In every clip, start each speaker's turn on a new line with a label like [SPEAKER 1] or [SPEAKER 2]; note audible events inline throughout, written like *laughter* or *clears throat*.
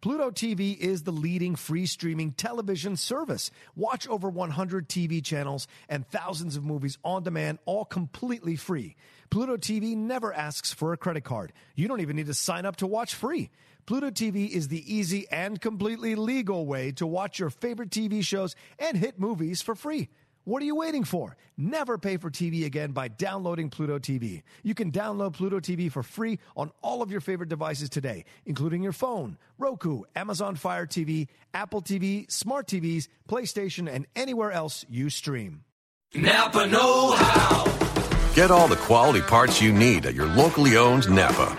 [SPEAKER 1] Pluto TV is the leading free streaming television service. Watch over 100 TV channels and thousands of movies on demand, all completely free. Pluto TV never asks for a credit card. You don't even need to sign up to watch free. Pluto TV is the easy and completely legal way to watch your favorite TV shows and hit movies for free. What are you waiting for? Never pay for TV again by downloading Pluto TV. You can download Pluto TV for free on all of your favorite devices today, including your phone, Roku, Amazon Fire TV, Apple TV, smart TVs, PlayStation, and anywhere else you stream.
[SPEAKER 2] Napa Know How.
[SPEAKER 3] Get all the quality parts you need at your locally owned Napa.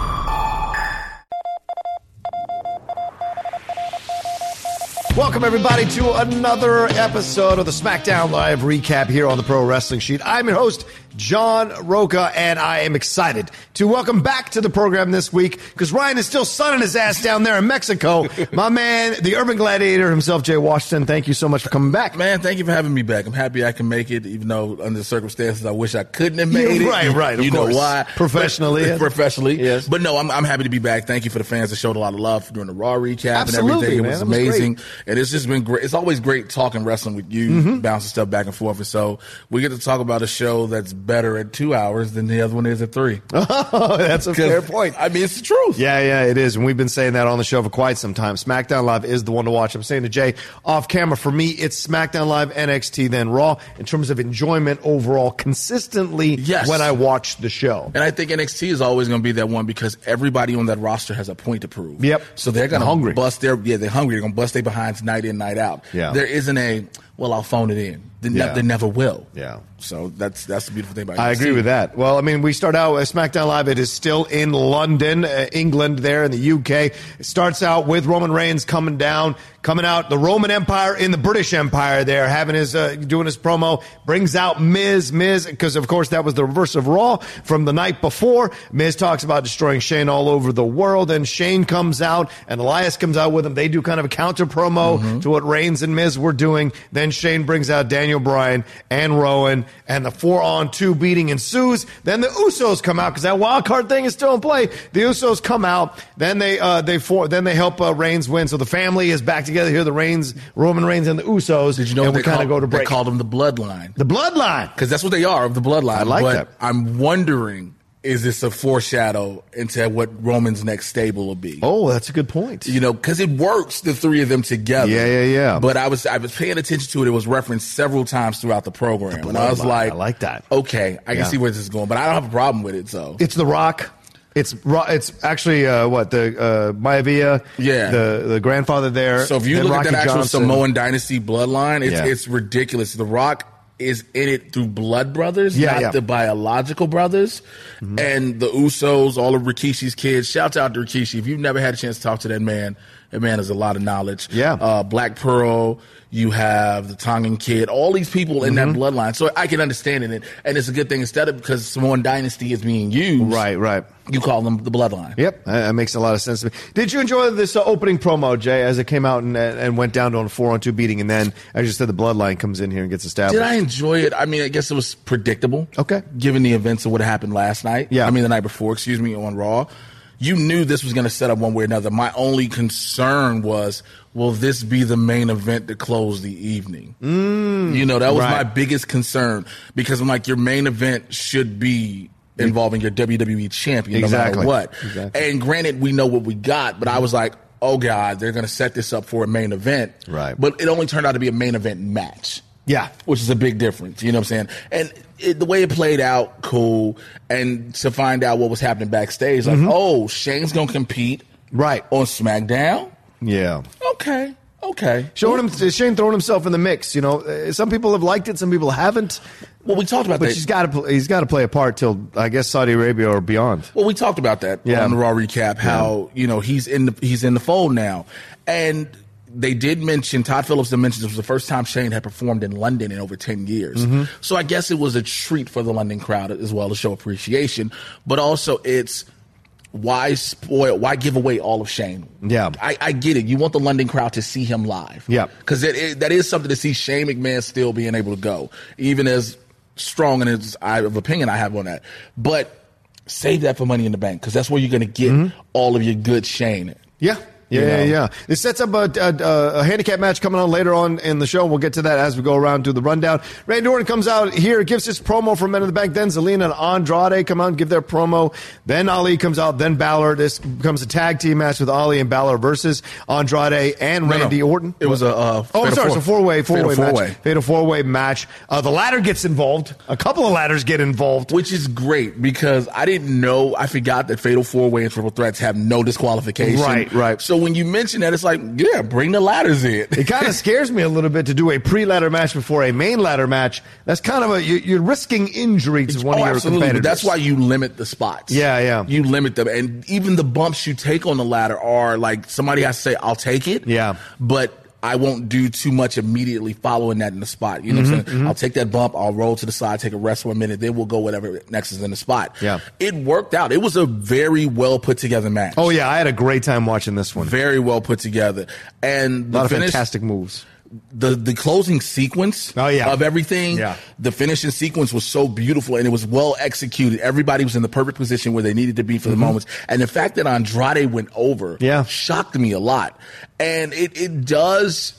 [SPEAKER 4] Welcome, everybody, to another episode of the SmackDown Live recap here on the Pro Wrestling Sheet. I'm your host, John Roca, and I am excited to welcome back to the program this week because Ryan is still sunning his ass down there
[SPEAKER 5] *laughs*
[SPEAKER 4] in Mexico. My man, the urban gladiator himself, Jay Washington, thank you so much for coming back.
[SPEAKER 5] Man, thank you for having me back. I'm happy I can make it, even though under the circumstances, I wish I couldn't have made
[SPEAKER 4] Yeah,
[SPEAKER 5] it.
[SPEAKER 4] right, right, of
[SPEAKER 5] you
[SPEAKER 4] course.
[SPEAKER 5] know why?
[SPEAKER 4] Professionally,
[SPEAKER 5] But- *laughs*
[SPEAKER 4] yes.
[SPEAKER 5] professionally. Yes. But no, I'm, I'm happy to be back. Thank you for the fans that showed a lot of love during the Raw recap
[SPEAKER 4] Absolutely,
[SPEAKER 5] and everything. It
[SPEAKER 4] man.
[SPEAKER 5] was
[SPEAKER 4] That was
[SPEAKER 5] amazing,
[SPEAKER 4] great. *laughs*
[SPEAKER 5] and it's just been great. It's always great talking wrestling with you,
[SPEAKER 4] Mhm.
[SPEAKER 5] bouncing stuff back and forth. And so we get to talk about a show that's better at two hours than the other one is at three.
[SPEAKER 4] Oh, that's
[SPEAKER 5] *laughs*
[SPEAKER 4] a
[SPEAKER 5] 'Cause,
[SPEAKER 4] fair point.
[SPEAKER 5] I mean, it's the truth.
[SPEAKER 4] Yeah, yeah, it is. And we've been saying that on the show for quite some time. SmackDown Live is the one to watch. I'm saying to Jay off camera, for me, it's SmackDown Live, NXT, then Raw in terms of enjoyment overall consistently
[SPEAKER 5] Yes.
[SPEAKER 4] when I watch the show.
[SPEAKER 5] And I think NXT is always going to be that one because everybody on that roster has a point to
[SPEAKER 4] *laughs*
[SPEAKER 5] prove. Yep. So they're going
[SPEAKER 4] They're hungry.
[SPEAKER 5] to bust their yeah they're hungry. They're going to bust their behinds night in night out.
[SPEAKER 4] Yeah.
[SPEAKER 5] There isn't a well I'll phone it in. They, ne-
[SPEAKER 4] Yeah.
[SPEAKER 5] they never will.
[SPEAKER 4] Yeah.
[SPEAKER 5] So that's that's the beautiful thing about.
[SPEAKER 4] I
[SPEAKER 5] NXT.
[SPEAKER 4] agree with that. Well, I mean, we start out with SmackDown Live. It is still in London, uh, England, there in the UK. It starts out with Roman Reigns coming down, coming out the Roman Empire in the British Empire there, having his, uh, doing his promo, brings out Miz, Miz, because of course that was the reverse of Raw from the night before. Miz talks about destroying Shane all over the world, and Shane comes out, and Elias comes out with him. They do kind of a counter promo
[SPEAKER 5] Mm-hmm.
[SPEAKER 4] to what Reigns and Miz were doing. Then Shane brings out Daniel Bryan and Rowan, and the four on two beating ensues. Then the Usos come out because that wild card thing is still in play. The Usos come out. Then they uh, they for, then they help uh, Reigns win. So the family is back together here. The Reigns, Roman Reigns, and the Usos. Did you know and we
[SPEAKER 5] they
[SPEAKER 4] kind of
[SPEAKER 5] call-
[SPEAKER 4] go to break?
[SPEAKER 5] They called them the Bloodline.
[SPEAKER 4] The Bloodline,
[SPEAKER 5] because that's what they are of the Bloodline.
[SPEAKER 4] I like
[SPEAKER 5] but
[SPEAKER 4] that.
[SPEAKER 5] I'm wondering. Is this a foreshadow into what Roman's next stable will be?
[SPEAKER 4] Oh, that's a good point.
[SPEAKER 5] You know, because it works the three of them together.
[SPEAKER 4] Yeah, yeah, yeah.
[SPEAKER 5] But I was I was paying attention to it. It was referenced several times throughout the program, and I was
[SPEAKER 4] Bloodline.
[SPEAKER 5] like,
[SPEAKER 4] I like that.
[SPEAKER 5] Okay, I can
[SPEAKER 4] Yeah.
[SPEAKER 5] see where this is going, but I don't have a problem with it. So
[SPEAKER 4] It's The Rock. It's Ro- it's actually uh, what the uh, Maivia,
[SPEAKER 5] Yeah.
[SPEAKER 4] the the grandfather there.
[SPEAKER 5] So if you
[SPEAKER 4] then
[SPEAKER 5] look
[SPEAKER 4] Rocky
[SPEAKER 5] at that actual
[SPEAKER 4] Johnson.
[SPEAKER 5] Samoan dynasty bloodline, it's
[SPEAKER 4] Yeah.
[SPEAKER 5] it's ridiculous. The Rock is in it through blood brothers,
[SPEAKER 4] Yeah,
[SPEAKER 5] not
[SPEAKER 4] yeah. Mm-hmm.
[SPEAKER 5] the biological brothers, and the Usos, all of Rikishi's kids. Shout out to Rikishi if you've never had a chance to talk to that man. That man has a lot of knowledge. Yeah, uh, Black Pearl. You have the Tongan kid. All these people in
[SPEAKER 4] Mm-hmm.
[SPEAKER 5] that bloodline, so I can understand it, and it's a good thing instead of because Samoan dynasty is being used.
[SPEAKER 4] Right, right.
[SPEAKER 5] You call them the bloodline.
[SPEAKER 4] Yep, that that makes a lot of sense to me. Did you enjoy this uh, opening promo, Jay, as it came out and, and went down to a four on two beating, and then, as you said, the bloodline comes in here and gets established?
[SPEAKER 5] Did I enjoy it? I mean, I guess it was predictable.
[SPEAKER 4] Okay.
[SPEAKER 5] Given the events of what happened last night. Yeah. I mean, the night before, excuse me, on Raw. You knew this was going to set up one way or another. My only concern was, will this be the main event to close the evening? Mm, you know, that was my
[SPEAKER 4] right.
[SPEAKER 5] biggest concern because I'm like, your main event should be involving your WWE champion,
[SPEAKER 4] Exactly.
[SPEAKER 5] no matter what.
[SPEAKER 4] Exactly.
[SPEAKER 5] And granted, we know what we got, but I was like, oh God, they're going to set this up for a main event. Right. But it only turned out to be a main event match
[SPEAKER 4] Yeah.
[SPEAKER 5] which is a big difference. You know what I'm saying? And it, the way it played out, cool. And to find out what was happening backstage,
[SPEAKER 4] Mm-hmm.
[SPEAKER 5] like, oh, Shane's gonna compete,
[SPEAKER 4] right,
[SPEAKER 5] on SmackDown.
[SPEAKER 4] Yeah.
[SPEAKER 5] Okay, okay.
[SPEAKER 4] Showing him, Shane throwing himself in the mix. You know, Uh, some people have liked it, some people haven't.
[SPEAKER 5] Well, we talked about
[SPEAKER 4] but
[SPEAKER 5] that.
[SPEAKER 4] he's got to he's got to play a part till I guess Saudi Arabia or beyond.
[SPEAKER 5] Well, we talked about that
[SPEAKER 4] Yeah.
[SPEAKER 5] on the Raw recap. How you know he's in the he's in the fold now, and they did mention Todd Phillips. mentioned this was the first time Shane had performed in London in over ten years.
[SPEAKER 4] Mm-hmm.
[SPEAKER 6] Mhm.
[SPEAKER 5] So I guess it was a treat for the London crowd as well to show appreciation, but also it's why spoil why give away all of Shane?
[SPEAKER 4] Yeah.
[SPEAKER 5] I, I get it. You want the London crowd to see him live.
[SPEAKER 4] Yeah.
[SPEAKER 5] Because that is, that is something to see Shane McMahon still being able to go, even as strong and as I of opinion I have on that. But save that for Money in the Bank because that's where you're going to get
[SPEAKER 4] Mm-hmm.
[SPEAKER 5] all of your good Shane.
[SPEAKER 4] Yeah. Yeah,
[SPEAKER 5] You know?
[SPEAKER 4] yeah, yeah. It sets up a, a, a handicap match coming on later on in the show. We'll get to that as we go around do the rundown. Randy Orton comes out here, gives his promo for Men in the Bank. Then Zelina and Andrade come out and give their promo. Then Ali comes out. Then Balor. This becomes a tag team match with Ali and Balor versus Andrade and
[SPEAKER 5] No, no.
[SPEAKER 4] Randy Orton.
[SPEAKER 5] It was a, uh,
[SPEAKER 4] oh, I'm
[SPEAKER 5] fatal
[SPEAKER 4] sorry,
[SPEAKER 5] four-
[SPEAKER 4] it's a four way, four
[SPEAKER 5] fatal
[SPEAKER 4] way match.
[SPEAKER 5] four-way.
[SPEAKER 4] Fatal four way match. Uh, the ladder gets involved. A couple of ladders get involved,
[SPEAKER 5] which is great because I didn't know. I forgot that Fatal Four Way and Triple Threats have no disqualification.
[SPEAKER 4] Right, right.
[SPEAKER 5] So when you mention that, it's like, yeah, bring the ladders in.
[SPEAKER 4] It kind of scares me a little bit to do a pre-ladder match before a main ladder match. That's kind of a you- you're risking injury to one
[SPEAKER 5] Oh,
[SPEAKER 4] of your
[SPEAKER 5] absolutely.
[SPEAKER 4] competitors.
[SPEAKER 5] But that's why you limit the spots.
[SPEAKER 4] Yeah, yeah.
[SPEAKER 5] You limit them, and even the bumps you take on the ladder are like somebody has to say, "I'll take it."
[SPEAKER 4] Yeah.
[SPEAKER 5] but I won't do too much immediately following that in the spot. You know what I'm
[SPEAKER 6] Mhm,
[SPEAKER 5] saying?
[SPEAKER 6] mhm.
[SPEAKER 5] I'll take that bump, I'll roll to the side, take a rest for a minute, then we'll go whatever next is in the spot.
[SPEAKER 4] Yeah.
[SPEAKER 5] It worked out. It was a very well put together match.
[SPEAKER 4] Oh yeah, I had a great time watching this one.
[SPEAKER 5] Very well put together. And
[SPEAKER 4] A
[SPEAKER 5] the
[SPEAKER 4] lot of
[SPEAKER 5] finish-
[SPEAKER 4] fantastic moves.
[SPEAKER 5] the the closing sequence of everything
[SPEAKER 4] Oh, Yeah.
[SPEAKER 5] the finishing sequence was so beautiful and it was well executed everybody was in the perfect position where they needed to be for the
[SPEAKER 4] Mhm.
[SPEAKER 5] moments and the fact that andrade went over
[SPEAKER 4] Yeah.
[SPEAKER 5] shocked me a lot and it it does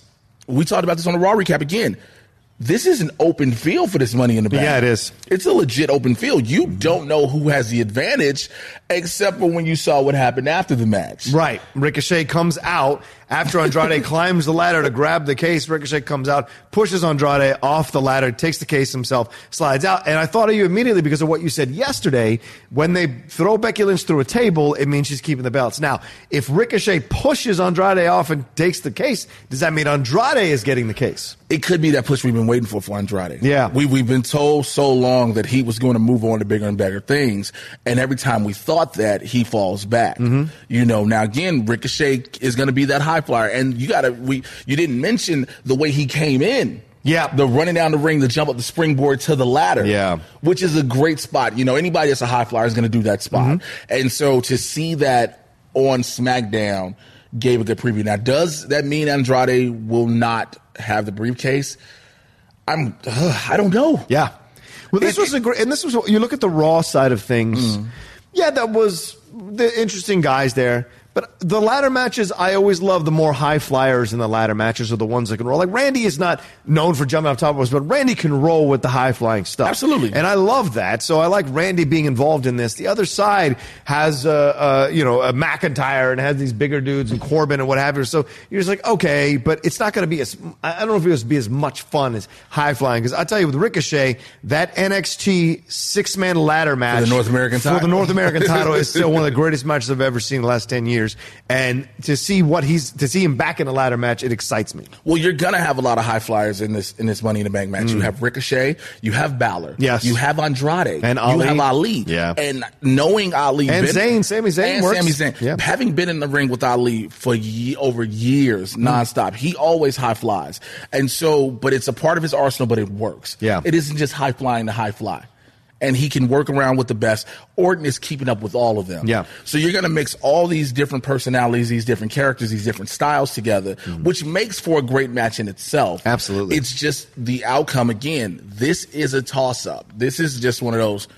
[SPEAKER 5] we talked about this on the raw recap again this is an open field for this money in the bank.
[SPEAKER 4] Yeah, it is.
[SPEAKER 5] It's a legit open field. You don't know who has the advantage, except for when you saw what happened after the match.
[SPEAKER 4] Right. Ricochet comes out after
[SPEAKER 5] *laughs*
[SPEAKER 4] Andrade climbs the ladder to grab the case. Ricochet comes out, pushes Andrade off the ladder, takes the case himself, slides out. And I thought of you immediately because of what you said yesterday. When they throw Becky Lynch through a table, it means she's keeping the belts. Now, if Ricochet pushes Andrade off and takes the case, does that mean Andrade is getting the case?
[SPEAKER 5] It could be that push we've been waiting for for Andrade.
[SPEAKER 4] Yeah.
[SPEAKER 5] We, we've been told so long that he was going to move on to bigger and better things. And every time we thought that, he falls back. You know, now again, Ricochet is going to be that high flyer. And you got to, we, you didn't mention the way he came in. Yeah. The running down the ring, the jump up the springboard to the ladder. Yeah. Which is a great spot. You know, anybody that's a high flyer is going to do that spot.
[SPEAKER 4] Mm-hmm.
[SPEAKER 5] And so to see that on SmackDown gave a good preview. Now, does that mean Andrade will not have the briefcase? I'm. ugh, I don't know.
[SPEAKER 4] Yeah. Well, this was a great, and this was you look at the raw side of things. Yeah, that was the interesting guys there. But the ladder matches, I always love the more high flyers in the ladder matches are the ones that can roll. Like Randy is not known for jumping off top of us, but Randy can roll with the high flying stuff. Absolutely, and I love that. So I like Randy being involved in this. The other side has, uh, uh, you know, a McIntyre and has these bigger dudes and Corbin and what have you. So you're just like, okay, but it's not going to be as. I I don't know if it was be as much fun as high flying because I tell you with Ricochet that NXT six man ladder match
[SPEAKER 5] the North American
[SPEAKER 4] for the
[SPEAKER 5] title. *laughs*
[SPEAKER 4] North American title is still one of the greatest matches I've ever seen in the last ten years. And to see what he's to see him back in a ladder match, it excites me.
[SPEAKER 5] Well, you're gonna have a lot of high flyers in this in this Money in the Bank match. You have Ricochet, you have Balor,
[SPEAKER 4] Mm. Yes.
[SPEAKER 5] you have Andrade,
[SPEAKER 4] And
[SPEAKER 5] you
[SPEAKER 4] Ali.
[SPEAKER 5] have Ali,
[SPEAKER 4] Yeah.
[SPEAKER 5] and knowing Ali
[SPEAKER 4] And Zayn, Sami Zayn
[SPEAKER 5] and
[SPEAKER 4] works.
[SPEAKER 5] Sami Zayn, having been in the ring with Ali for ye- over years
[SPEAKER 4] Mm.
[SPEAKER 5] nonstop, he always high flies, and so but it's a part of his arsenal, but it works.
[SPEAKER 4] Yeah.
[SPEAKER 5] it isn't just high flying to high fly. And he can work around with the best. Orton is keeping up with all of them.
[SPEAKER 4] Yeah.
[SPEAKER 5] So you're going to mix all these different personalities, these different characters, these different styles together,
[SPEAKER 4] Mm-hmm.
[SPEAKER 5] which makes for a great match in itself. Absolutely. It's just the outcome again. This is a toss up. This is just one of those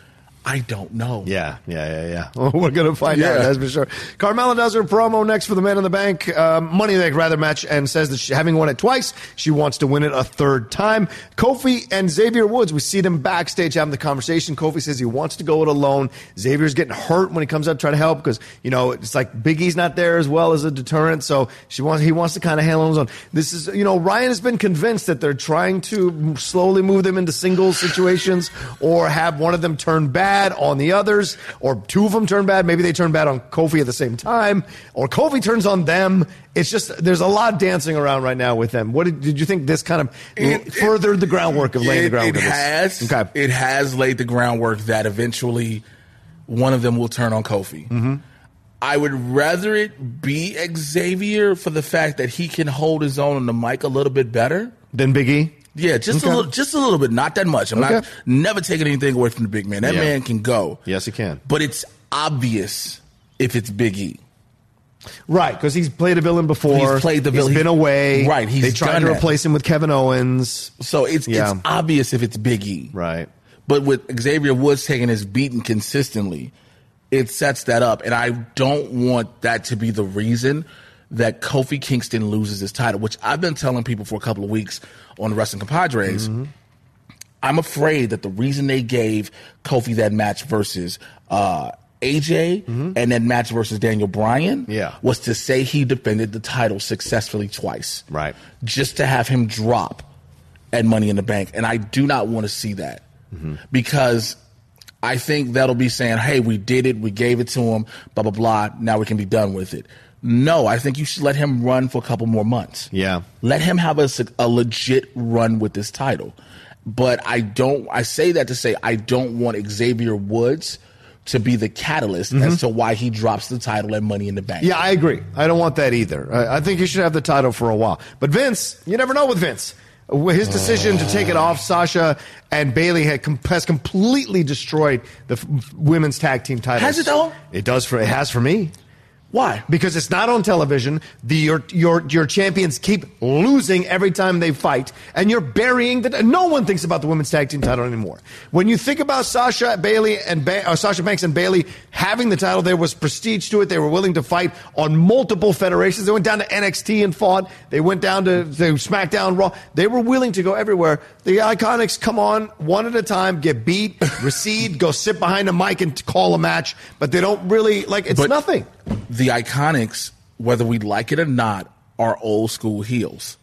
[SPEAKER 5] I don't
[SPEAKER 3] Oh.
[SPEAKER 5] know.
[SPEAKER 4] Yeah, yeah, yeah, yeah. *laughs* Well, we're gonna find out.
[SPEAKER 5] Yeah.
[SPEAKER 4] That's for sure. Carmella does her promo next for the Man in the Bank uh, Money in the Bank rather match, and says that she, having won it twice, she wants to win it a third time. Kofi and Xavier Woods, we see them backstage having the conversation. Kofi says he wants to go it alone. Xavier's getting hurt when he comes out to try to help because you know it's like Biggie's not there as well as a deterrent, so she wants he wants to kind of handle his own. This is you know Ryan has been convinced that they're trying to slowly move them into singles situations or have one of them turn bad on the others or two of them turn bad. Maybe they turn bad on Kofi at the same time or Kofi turns on them. It's just there's a lot dancing around right now with them. What did, did you think? This kind of furthered the groundwork of laying the
[SPEAKER 5] It,
[SPEAKER 4] groundwork.
[SPEAKER 5] it
[SPEAKER 4] of this?
[SPEAKER 5] has. It has laid the groundwork that eventually one of them will turn on Kofi.
[SPEAKER 4] Mhm.
[SPEAKER 5] I would rather it be Xavier for the fact that he can hold his own on the mic a little bit better.
[SPEAKER 4] Then Big E?
[SPEAKER 5] Yeah, just
[SPEAKER 4] Okay.
[SPEAKER 5] a little, just a little bit, not that much. I'm not
[SPEAKER 4] Okay.
[SPEAKER 5] never taking anything away from the big man. That
[SPEAKER 4] Yeah.
[SPEAKER 5] man can go,
[SPEAKER 4] Yes, he can.
[SPEAKER 5] but it's obvious if it's Big E.
[SPEAKER 4] Right, because he's played a villain before.
[SPEAKER 5] He's played the villain.
[SPEAKER 4] He's been away.
[SPEAKER 5] Right, he's
[SPEAKER 4] they tried
[SPEAKER 5] done
[SPEAKER 4] to
[SPEAKER 5] that.
[SPEAKER 4] replace him with Kevin Owens.
[SPEAKER 5] So it's
[SPEAKER 4] Yeah.
[SPEAKER 5] it's obvious if it's Big E.
[SPEAKER 4] Right.
[SPEAKER 5] But with Xavier Woods taking his beating consistently, it sets that up. And I don't want that to be the reason that Kofi Kingston loses his title, which I've been telling people for a couple of weeks on the Wrestling Compadres. I'm afraid that the reason they gave Kofi that match versus uh, AJ and that match versus Daniel Bryan
[SPEAKER 4] Yeah.
[SPEAKER 5] was to say he defended the title successfully twice.
[SPEAKER 4] Right.
[SPEAKER 5] Just to have him drop at Money in the Bank. And I do not want to see that
[SPEAKER 4] Mm-hmm.
[SPEAKER 5] because I think that'll be saying, hey, we did it, we gave it to him, blah, blah, blah. Now we can be done with it. No, I think you should let him run for a couple more months.
[SPEAKER 4] Yeah.
[SPEAKER 5] Let him have a, sig- a legit run with this title. But I don't, I say that to say I don't want Xavier Woods to be the catalyst
[SPEAKER 4] Mhm.
[SPEAKER 5] as to why he drops the title and Money in the Bank.
[SPEAKER 4] Yeah, I agree. I don't want that either. I, I think you should have the title for a while. But Vince, you never know with Vince. His decision to take it off Sasha and Bailey had com- has completely destroyed the f- women's tag team titles.
[SPEAKER 5] Has it though?
[SPEAKER 4] It does for it has for me.
[SPEAKER 5] Why?
[SPEAKER 4] Because it's not on television. The your your your champions keep losing every time they fight, and you're burying the. No one thinks about the women's tag team title anymore. When you think about Sasha Bailey and ba- uh, Sasha Banks and Bailey having the title, there was prestige to it. They were willing to fight on multiple federations. They went down to NXT and fought. They went down to, to SmackDown, Raw. They were willing to go everywhere. The Iconics come on one at a time, get *laughs* beat, recede, go sit behind a mic and call a match, but they don't really like. It's
[SPEAKER 5] But-
[SPEAKER 4] nothing.
[SPEAKER 5] The Iconics, whether we like it or not, are old school heels.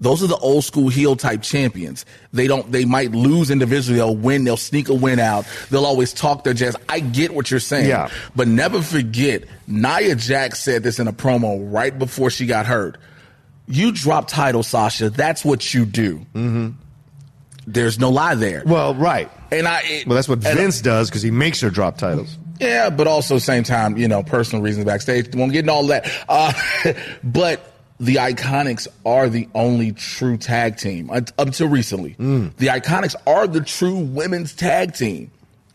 [SPEAKER 5] Those are the old school heel type champions. They don't. They might lose individually. They'll win. They'll sneak a win out. They'll always talk their jazz. I get what you're saying.
[SPEAKER 4] Yeah.
[SPEAKER 5] But never forget, Nia Jack said this in a promo right before she got hurt. You drop title, Sasha. That's what you do. Mm-hmm. There's no lie there.
[SPEAKER 4] Well, right.
[SPEAKER 5] And I.
[SPEAKER 4] Well, that's what
[SPEAKER 5] and-
[SPEAKER 4] Vince does because he makes her drop titles.
[SPEAKER 5] Yeah, but also same time, you know, personal reasons backstage. Won't get into all that. Uh, *laughs* but the Iconics are the only true tag team uh, up until recently.
[SPEAKER 4] Mm.
[SPEAKER 5] The Iconics are the true women's tag team.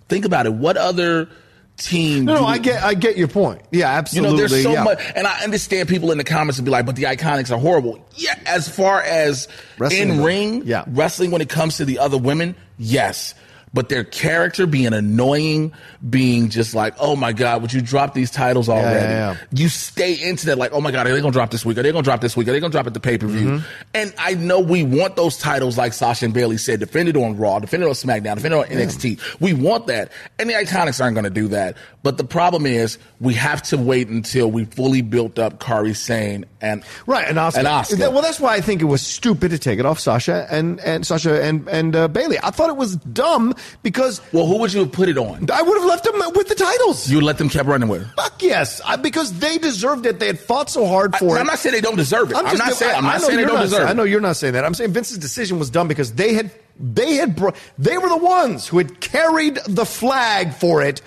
[SPEAKER 5] Think about it. What other team?
[SPEAKER 4] No,
[SPEAKER 5] do-
[SPEAKER 4] no, I get, I get your point. Yeah, absolutely.
[SPEAKER 5] You know, there's so
[SPEAKER 4] yeah.
[SPEAKER 5] much, and I understand people in the comments would be like, "But the Iconics are horrible." Yeah, as far as
[SPEAKER 4] Wrestling,
[SPEAKER 5] in
[SPEAKER 4] though.
[SPEAKER 5] ring,
[SPEAKER 4] Yeah.
[SPEAKER 5] wrestling when it comes to the other women, yes. But their character being annoying, being just like, oh my God, would you drop these titles already?
[SPEAKER 4] yeah, yeah.
[SPEAKER 5] You stay into that, like, oh my God, are they gonna drop this week? Are they gonna drop this week? Are they gonna drop at the pay per view?
[SPEAKER 4] Mm-hmm.
[SPEAKER 5] And I know we want those titles, like Sasha and Bailey said, defended on Raw, defended on SmackDown, defended on NXT. We want that. And the Iconics aren't gonna do that. But the problem is, we have to wait until we fully built up Kari Sane and
[SPEAKER 4] Right, and Oscar.
[SPEAKER 5] And Asuka.
[SPEAKER 4] That- Well, that's why I think it was stupid to take it off Sasha and and Sasha and and uh, Bailey. I thought it was dumb because.
[SPEAKER 5] Well, who would you have put it on?
[SPEAKER 4] I would have left them with the titles.
[SPEAKER 5] You let them kept running with. it.
[SPEAKER 4] Fuck yes, I, because they deserved it. They had fought so hard for it.
[SPEAKER 5] I'm not saying they don't deserve it. I'm,
[SPEAKER 4] just-
[SPEAKER 5] not saying I'm
[SPEAKER 4] I
[SPEAKER 5] not
[SPEAKER 4] know
[SPEAKER 5] saying they
[SPEAKER 4] you're
[SPEAKER 5] don't
[SPEAKER 4] not
[SPEAKER 5] deserve
[SPEAKER 4] saying-
[SPEAKER 5] it.
[SPEAKER 4] I know you're not saying that. I'm saying Vince's decision was dumb because they had they had bro- they were the ones who had carried the flag for it.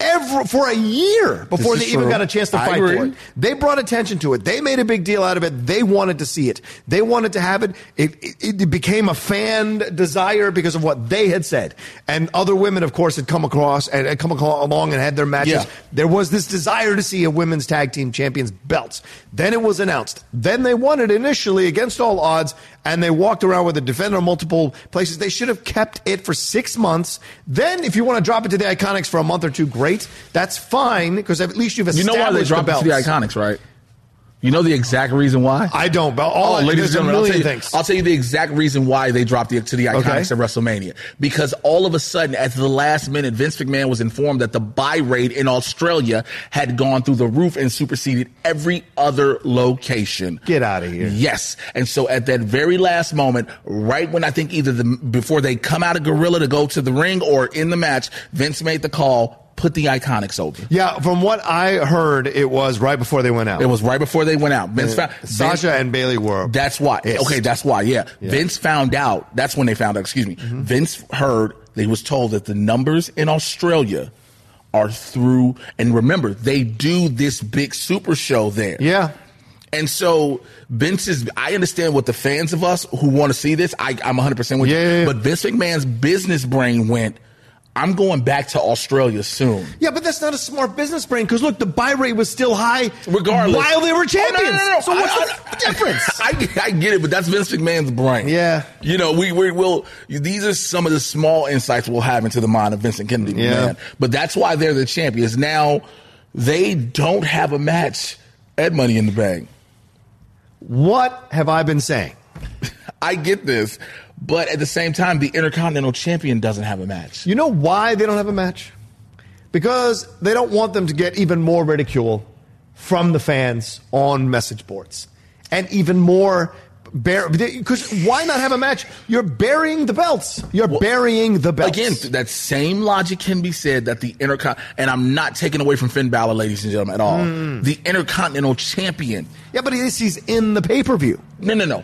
[SPEAKER 4] Every, for a year before
[SPEAKER 5] This
[SPEAKER 4] they
[SPEAKER 5] is
[SPEAKER 4] even
[SPEAKER 5] true.
[SPEAKER 4] got a chance to
[SPEAKER 5] I
[SPEAKER 4] fight
[SPEAKER 5] agree.
[SPEAKER 4] for it, they brought attention to it. They made a big deal out of it. They wanted to see it. They wanted to have it. It, it, it became a fan desire because of what they had said, and other women, of course, had come across and had come aco- along and had their matches.
[SPEAKER 5] Yeah.
[SPEAKER 4] There was this desire to see a women's tag team champions belts. Then it was announced. Then they won it initially against all odds, and they walked around with a defender in multiple places. They should have kept it for six months. Then, if you want to drop it to the Iconics for a month or two, great. That's fine because at least you've
[SPEAKER 5] You know
[SPEAKER 4] established
[SPEAKER 5] why they dropped
[SPEAKER 4] the
[SPEAKER 5] it
[SPEAKER 4] belts.
[SPEAKER 5] to the Iconics, right? You know the exact reason why?
[SPEAKER 4] I don't, but all I-
[SPEAKER 5] Oh, ladies
[SPEAKER 4] there's a
[SPEAKER 5] and gentlemen, I'll tell,
[SPEAKER 4] million
[SPEAKER 5] you,
[SPEAKER 4] things.
[SPEAKER 5] I'll tell you the exact reason why they dropped it to the Iconics
[SPEAKER 4] Okay.
[SPEAKER 5] at WrestleMania. Because all of a sudden, at the last minute, Vince McMahon was informed that the buy rate in Australia had gone through the roof and superseded every other location.
[SPEAKER 4] Get out of here.
[SPEAKER 5] Yes. And so at that very last moment, right when I think either the before they come out of Gorilla to go to the ring or in the match, Vince made the call, put the Iconics over.
[SPEAKER 4] Yeah, from what I heard, it was right before they went out.
[SPEAKER 5] It was right before they went out. Vince
[SPEAKER 4] Uh,
[SPEAKER 5] found
[SPEAKER 4] Sasha
[SPEAKER 5] Vince-
[SPEAKER 4] and Bailey were.
[SPEAKER 5] That's why.
[SPEAKER 4] pissed.
[SPEAKER 5] Okay, that's why. Yeah.
[SPEAKER 4] Yeah. Mm-hmm.
[SPEAKER 5] Vince found out. That's when they found out. Excuse me. Vince heard. They was told that the numbers in Australia are through. And remember, they do this big super show there.
[SPEAKER 4] Yeah.
[SPEAKER 5] And so Vince is. I understand what the fans of us who want to see this. I, I'm 100 percent with you. But Vince McMahon's business brain went. I'm going back to Australia soon.
[SPEAKER 4] Yeah, but that's not a smart business brain because look, the buy rate was still high
[SPEAKER 5] regardless.
[SPEAKER 4] while they were champions.
[SPEAKER 5] Oh, no, no, no, no.
[SPEAKER 4] So what's
[SPEAKER 5] I-
[SPEAKER 4] the
[SPEAKER 5] I-
[SPEAKER 4] f- difference?
[SPEAKER 5] I, I get it, but that's Vince McMahon's brain.
[SPEAKER 4] Yeah.
[SPEAKER 5] You know, we we will. These are some of the small insights we'll have into the mind of Vincent Kennedy.
[SPEAKER 4] Yeah.
[SPEAKER 5] Man. But that's why they're the champions now. They don't have a match at Money in the Bank.
[SPEAKER 4] What have I been saying?
[SPEAKER 5] I get this, but at the same time, the Intercontinental Champion doesn't have a match.
[SPEAKER 4] You know why they don't have a match? Because they don't want them to get even more ridicule from the fans on message boards and even more. Because why not have a match? You're burying the belts. You're burying the belts.
[SPEAKER 5] Again, th- that same logic can be said that the intercon and I'm not taking away from Finn Balor, ladies and gentlemen, at all.
[SPEAKER 4] Mm.
[SPEAKER 5] The Intercontinental Champion.
[SPEAKER 4] Yeah, but this he's in the pay per view.
[SPEAKER 5] No, no, no.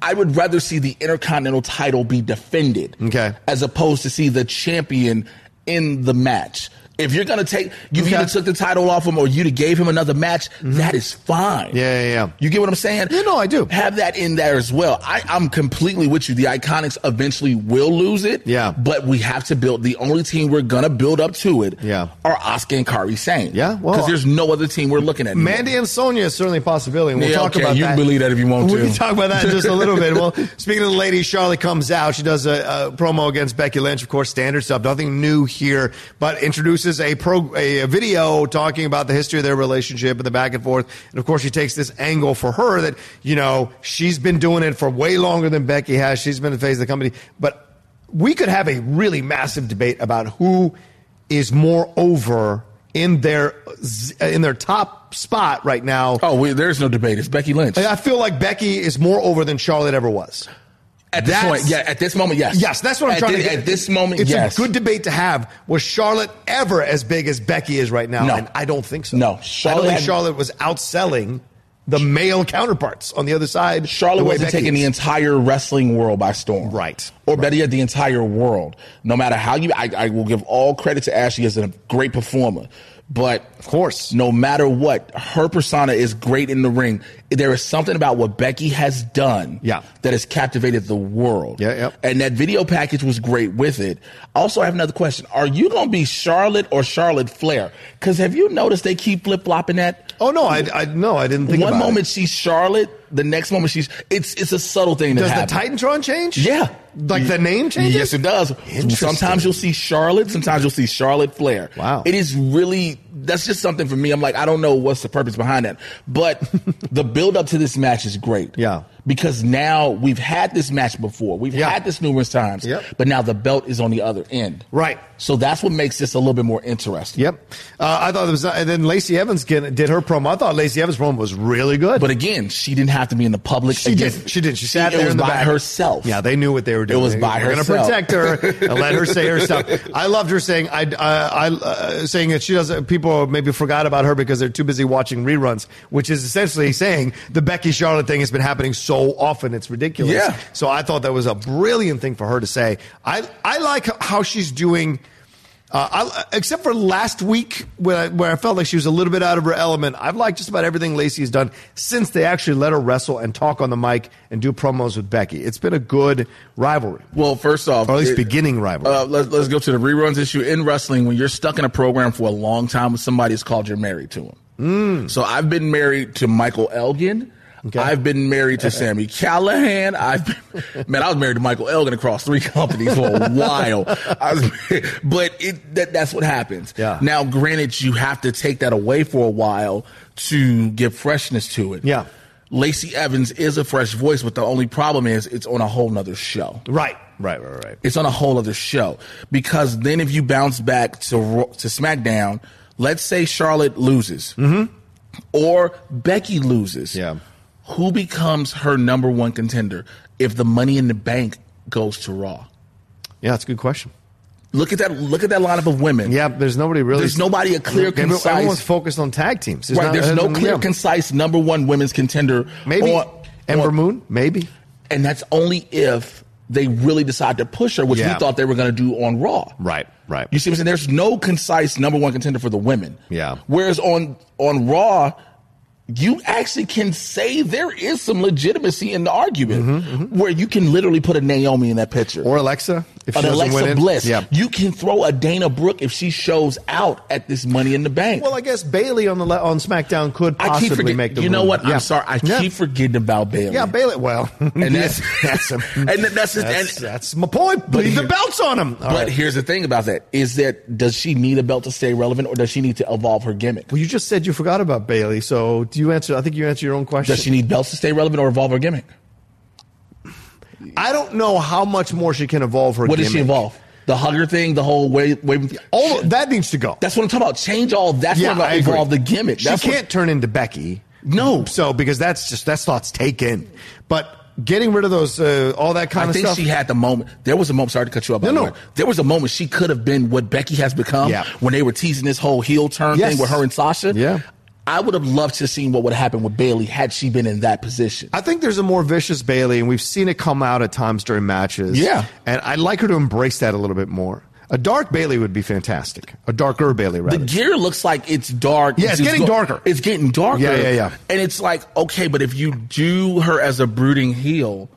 [SPEAKER 5] I would rather see the Intercontinental title be defended
[SPEAKER 4] Okay.
[SPEAKER 5] as opposed to see the champion in the match. If you're gonna take, you have either took the title off him or you gave him another match. that is fine.
[SPEAKER 4] Yeah, yeah, yeah.
[SPEAKER 5] You get what I'm saying?
[SPEAKER 4] Yeah, no, I do.
[SPEAKER 5] Have that in there as well. I, I'm completely with you. The Iconics eventually will lose it.
[SPEAKER 4] Mm-hmm. Yeah.
[SPEAKER 5] but we have to build. The only team we're gonna build up to it.
[SPEAKER 4] Yeah.
[SPEAKER 5] are Oscar and Kari Sane.
[SPEAKER 4] Yeah, well-
[SPEAKER 5] because there's no other team we're looking at.
[SPEAKER 4] Mandy and Sonya is certainly a possibility. and We'll
[SPEAKER 5] Yeah,
[SPEAKER 4] talk
[SPEAKER 5] okay,
[SPEAKER 4] about
[SPEAKER 5] you
[SPEAKER 4] that.
[SPEAKER 5] can believe that if you want
[SPEAKER 4] We
[SPEAKER 5] to.
[SPEAKER 4] can talk about that in just a little bit. Well, *laughs* speaking of the ladies, Charlotte comes out. She does a, a promo against Becky Lynch, of course, standard stuff. Nothing new here, but introduces a pro a, a video talking about the history of their relationship and the back and forth. And of course, she takes this angle for her that you know she's been doing it for way longer than Becky has. She's been the face of the company, but we could have a really massive debate about who is more over in their in their top spot right now.
[SPEAKER 5] Oh, we, there's no debate. It's Becky Lynch.
[SPEAKER 4] I feel like Becky is more over than Charlotte ever was.
[SPEAKER 5] At this
[SPEAKER 4] That's-
[SPEAKER 5] point, yeah. At this moment, yes.
[SPEAKER 4] Yes, that's what I'm
[SPEAKER 5] At
[SPEAKER 4] trying
[SPEAKER 5] thi-
[SPEAKER 4] to get.
[SPEAKER 5] At this moment,
[SPEAKER 4] it's
[SPEAKER 5] yes.
[SPEAKER 4] a good debate to have. Was Charlotte ever as big as Becky is right now?
[SPEAKER 5] No.
[SPEAKER 4] and I don't think so.
[SPEAKER 5] No.
[SPEAKER 4] I don't
[SPEAKER 5] Charlotte
[SPEAKER 4] think
[SPEAKER 5] had-
[SPEAKER 4] Charlotte was outselling the male counterparts on the other side.
[SPEAKER 5] Charlotte
[SPEAKER 4] the way
[SPEAKER 5] wasn't
[SPEAKER 4] Becky
[SPEAKER 5] taking
[SPEAKER 4] is.
[SPEAKER 5] the entire wrestling world by storm.
[SPEAKER 4] Right.
[SPEAKER 5] Or better yet, the entire world. No matter how you, I, I will give all credit to Ashley as a great performer. But of
[SPEAKER 4] course,
[SPEAKER 5] no matter what, her persona is great in the ring. There is something about what Becky has done
[SPEAKER 4] Yeah.
[SPEAKER 5] that has captivated the world.
[SPEAKER 4] Yeah, yep.
[SPEAKER 5] And that video package was great with it. Also, I have another question. Are you going to be Charlotte or Charlotte Flair? Because have you noticed they keep flip flopping that?
[SPEAKER 4] Oh no, I, I no, I didn't think
[SPEAKER 5] One
[SPEAKER 4] about it.
[SPEAKER 5] moment she's Charlotte, the next moment she's it's it's a subtle thing that
[SPEAKER 4] Does
[SPEAKER 5] happens.
[SPEAKER 4] the Titantron change?
[SPEAKER 5] Yeah.
[SPEAKER 4] like the name changes.
[SPEAKER 5] Yes, it does.
[SPEAKER 4] Interesting.
[SPEAKER 5] Sometimes you'll see Charlotte, sometimes you'll see Charlotte Flair.
[SPEAKER 4] Wow.
[SPEAKER 5] It is really, that's just something for me. I'm like, I don't know what's the purpose behind that.
[SPEAKER 4] *laughs*
[SPEAKER 5] But the build up to this match is great.
[SPEAKER 4] Yeah.
[SPEAKER 5] Because now we've had this match before. We've had this numerous times.
[SPEAKER 4] Yep.
[SPEAKER 5] But now the belt is on the other end.
[SPEAKER 4] Right.
[SPEAKER 5] So that's what makes this a little bit more interesting.
[SPEAKER 4] Yep. Uh, I thought it was, and then Lacey Evans get- did her promo. I thought Lacey Evans' promo was really good.
[SPEAKER 5] But again, she didn't have to be in the public.
[SPEAKER 4] She
[SPEAKER 5] again.
[SPEAKER 4] did. She did. She sat
[SPEAKER 5] it
[SPEAKER 4] there
[SPEAKER 5] was
[SPEAKER 4] in the
[SPEAKER 5] by
[SPEAKER 4] back.
[SPEAKER 5] herself.
[SPEAKER 4] Yeah, they knew what they were doing.
[SPEAKER 5] was
[SPEAKER 4] They
[SPEAKER 5] by
[SPEAKER 4] were
[SPEAKER 5] herself.
[SPEAKER 4] Going to protect her and let her say her stuff. I loved her saying I, I, I uh, saying that she doesn't. People maybe forgot about her because they're too busy watching reruns, which is essentially saying the Becky Charlotte thing has been happening so often it's ridiculous.
[SPEAKER 5] Yeah.
[SPEAKER 4] So I thought that was a brilliant thing for her to say. I I like how she's doing. Uh, I, except for last week, where I, where I felt like she was a little bit out of her element, I've liked just about everything Lacey has done since they actually let her wrestle and talk on the mic and do promos with Becky. It's been a good rivalry,
[SPEAKER 5] Well, first off,
[SPEAKER 4] or at least
[SPEAKER 5] it-
[SPEAKER 4] beginning rivalry.
[SPEAKER 5] Uh, let's, let's go to the reruns issue in wrestling. When you're stuck in a program for a long time with somebody, it's called you're married to them.
[SPEAKER 4] Mm.
[SPEAKER 5] So I've been married to Michael Elgin. I've been married
[SPEAKER 4] Uh,
[SPEAKER 5] to Sammy Callahan. I've been, *laughs* man, I was married to Michael Elgin across three *laughs* companies for a while. I was, *laughs* but it that, that's what happens.
[SPEAKER 4] Yeah.
[SPEAKER 5] Now, granted, you have to take that away for a while to give freshness to it.
[SPEAKER 4] Yeah.
[SPEAKER 5] Lacey Evans is a fresh voice, but the only problem is it's on a whole nother show
[SPEAKER 4] right, right, right, right.
[SPEAKER 5] it's on a whole other show because then if you bounce back to Ro- to SmackDown, let's say Charlotte loses or Becky loses,
[SPEAKER 4] Mm-hmm. Yeah.
[SPEAKER 5] who becomes her number one contender if the Money in the Bank goes to Raw?
[SPEAKER 4] Yeah, that's a good question.
[SPEAKER 5] Look at that! Look at that lineup of women.
[SPEAKER 4] Yeah, there's nobody really.
[SPEAKER 5] There's nobody a clear,
[SPEAKER 4] Everyone-
[SPEAKER 5] concise-
[SPEAKER 4] Everyone's focused on tag teams.
[SPEAKER 5] right.
[SPEAKER 4] not-
[SPEAKER 5] there's no
[SPEAKER 4] yeah.
[SPEAKER 5] clear, concise number one women's contender.
[SPEAKER 4] Maybe
[SPEAKER 5] on-
[SPEAKER 4] Ember
[SPEAKER 5] on-
[SPEAKER 4] Moon. Maybe.
[SPEAKER 5] and that's only if they really decide to push her, which
[SPEAKER 4] Yeah.
[SPEAKER 5] we thought they were going to do on Raw.
[SPEAKER 4] Right, right.
[SPEAKER 5] You see what I'm saying? There's no concise number one contender for the women.
[SPEAKER 4] Yeah.
[SPEAKER 5] Whereas on on Raw, you actually can say there is some legitimacy in the argument where you can literally put a Naomi in that picture.
[SPEAKER 4] Mm-hmm, Or Alexa. If she
[SPEAKER 5] an
[SPEAKER 4] doesn't
[SPEAKER 5] Alexa
[SPEAKER 4] win in.
[SPEAKER 5] Bliss.
[SPEAKER 4] Yeah.
[SPEAKER 5] You can throw a Dana Brooke if she shows out at this Money in the Bank.
[SPEAKER 4] Well, I guess Bailey on the le- on SmackDown could
[SPEAKER 5] I keep
[SPEAKER 4] possibly
[SPEAKER 5] forgetting.
[SPEAKER 4] make the.
[SPEAKER 5] you know
[SPEAKER 4] rule.
[SPEAKER 5] what?
[SPEAKER 4] Yeah.
[SPEAKER 5] I'm sorry. I
[SPEAKER 4] Yeah.
[SPEAKER 5] keep forgetting about Bailey.
[SPEAKER 4] Yeah, Bailey. Well,
[SPEAKER 5] *laughs* And that's-
[SPEAKER 4] *laughs* that's a-
[SPEAKER 5] and that- that's just-
[SPEAKER 4] that's,
[SPEAKER 5] and-
[SPEAKER 4] that's my point. Leave the
[SPEAKER 5] here-
[SPEAKER 4] belts on him.
[SPEAKER 5] but here's the thing about that is that does she need a belt to stay relevant or does she need to evolve her gimmick?
[SPEAKER 4] well, you just said you forgot about Bailey. So do you answer? I think you answered your own question.
[SPEAKER 5] Does she need belts to stay relevant or evolve her gimmick?
[SPEAKER 4] I don't know how much more she can evolve her.
[SPEAKER 5] What does she
[SPEAKER 4] gimmick.
[SPEAKER 5] evolve? The hugger thing, the whole wave, wave
[SPEAKER 4] All that needs to go.
[SPEAKER 5] That's what I'm talking about. Change all. That's
[SPEAKER 4] yeah,
[SPEAKER 5] what I'm
[SPEAKER 4] I
[SPEAKER 5] about.
[SPEAKER 4] agree.
[SPEAKER 5] Evolve the gimmick.
[SPEAKER 4] She
[SPEAKER 5] That's what-
[SPEAKER 4] can't turn into Becky.
[SPEAKER 5] No.
[SPEAKER 4] So because that's just that's thoughts taken. But getting rid of those uh, all that kind
[SPEAKER 5] I
[SPEAKER 4] of
[SPEAKER 5] think
[SPEAKER 4] stuff.
[SPEAKER 5] she had the moment. There was a moment. Sorry to cut you up. by
[SPEAKER 4] No,
[SPEAKER 5] the
[SPEAKER 4] no.
[SPEAKER 5] way. There was a moment she could have been what Becky has become.
[SPEAKER 4] Yeah.
[SPEAKER 5] When they were teasing this whole heel turn
[SPEAKER 4] Yes.
[SPEAKER 5] thing with her and Sasha.
[SPEAKER 4] Yeah.
[SPEAKER 5] I would have loved to have seen what would have happened with Bailey had she been in that position.
[SPEAKER 4] I think there's a more vicious Bailey, and we've seen it come out at times during matches.
[SPEAKER 5] Yeah.
[SPEAKER 4] And I'd like her to embrace that a little bit more. A dark Bailey would be fantastic. A darker Bailey, rather.
[SPEAKER 5] The gear looks like it's dark.
[SPEAKER 4] Yeah, it's getting darker.
[SPEAKER 5] It's getting darker.
[SPEAKER 4] Yeah, yeah, yeah.
[SPEAKER 5] And it's like, okay, but if you do her as a brooding heel,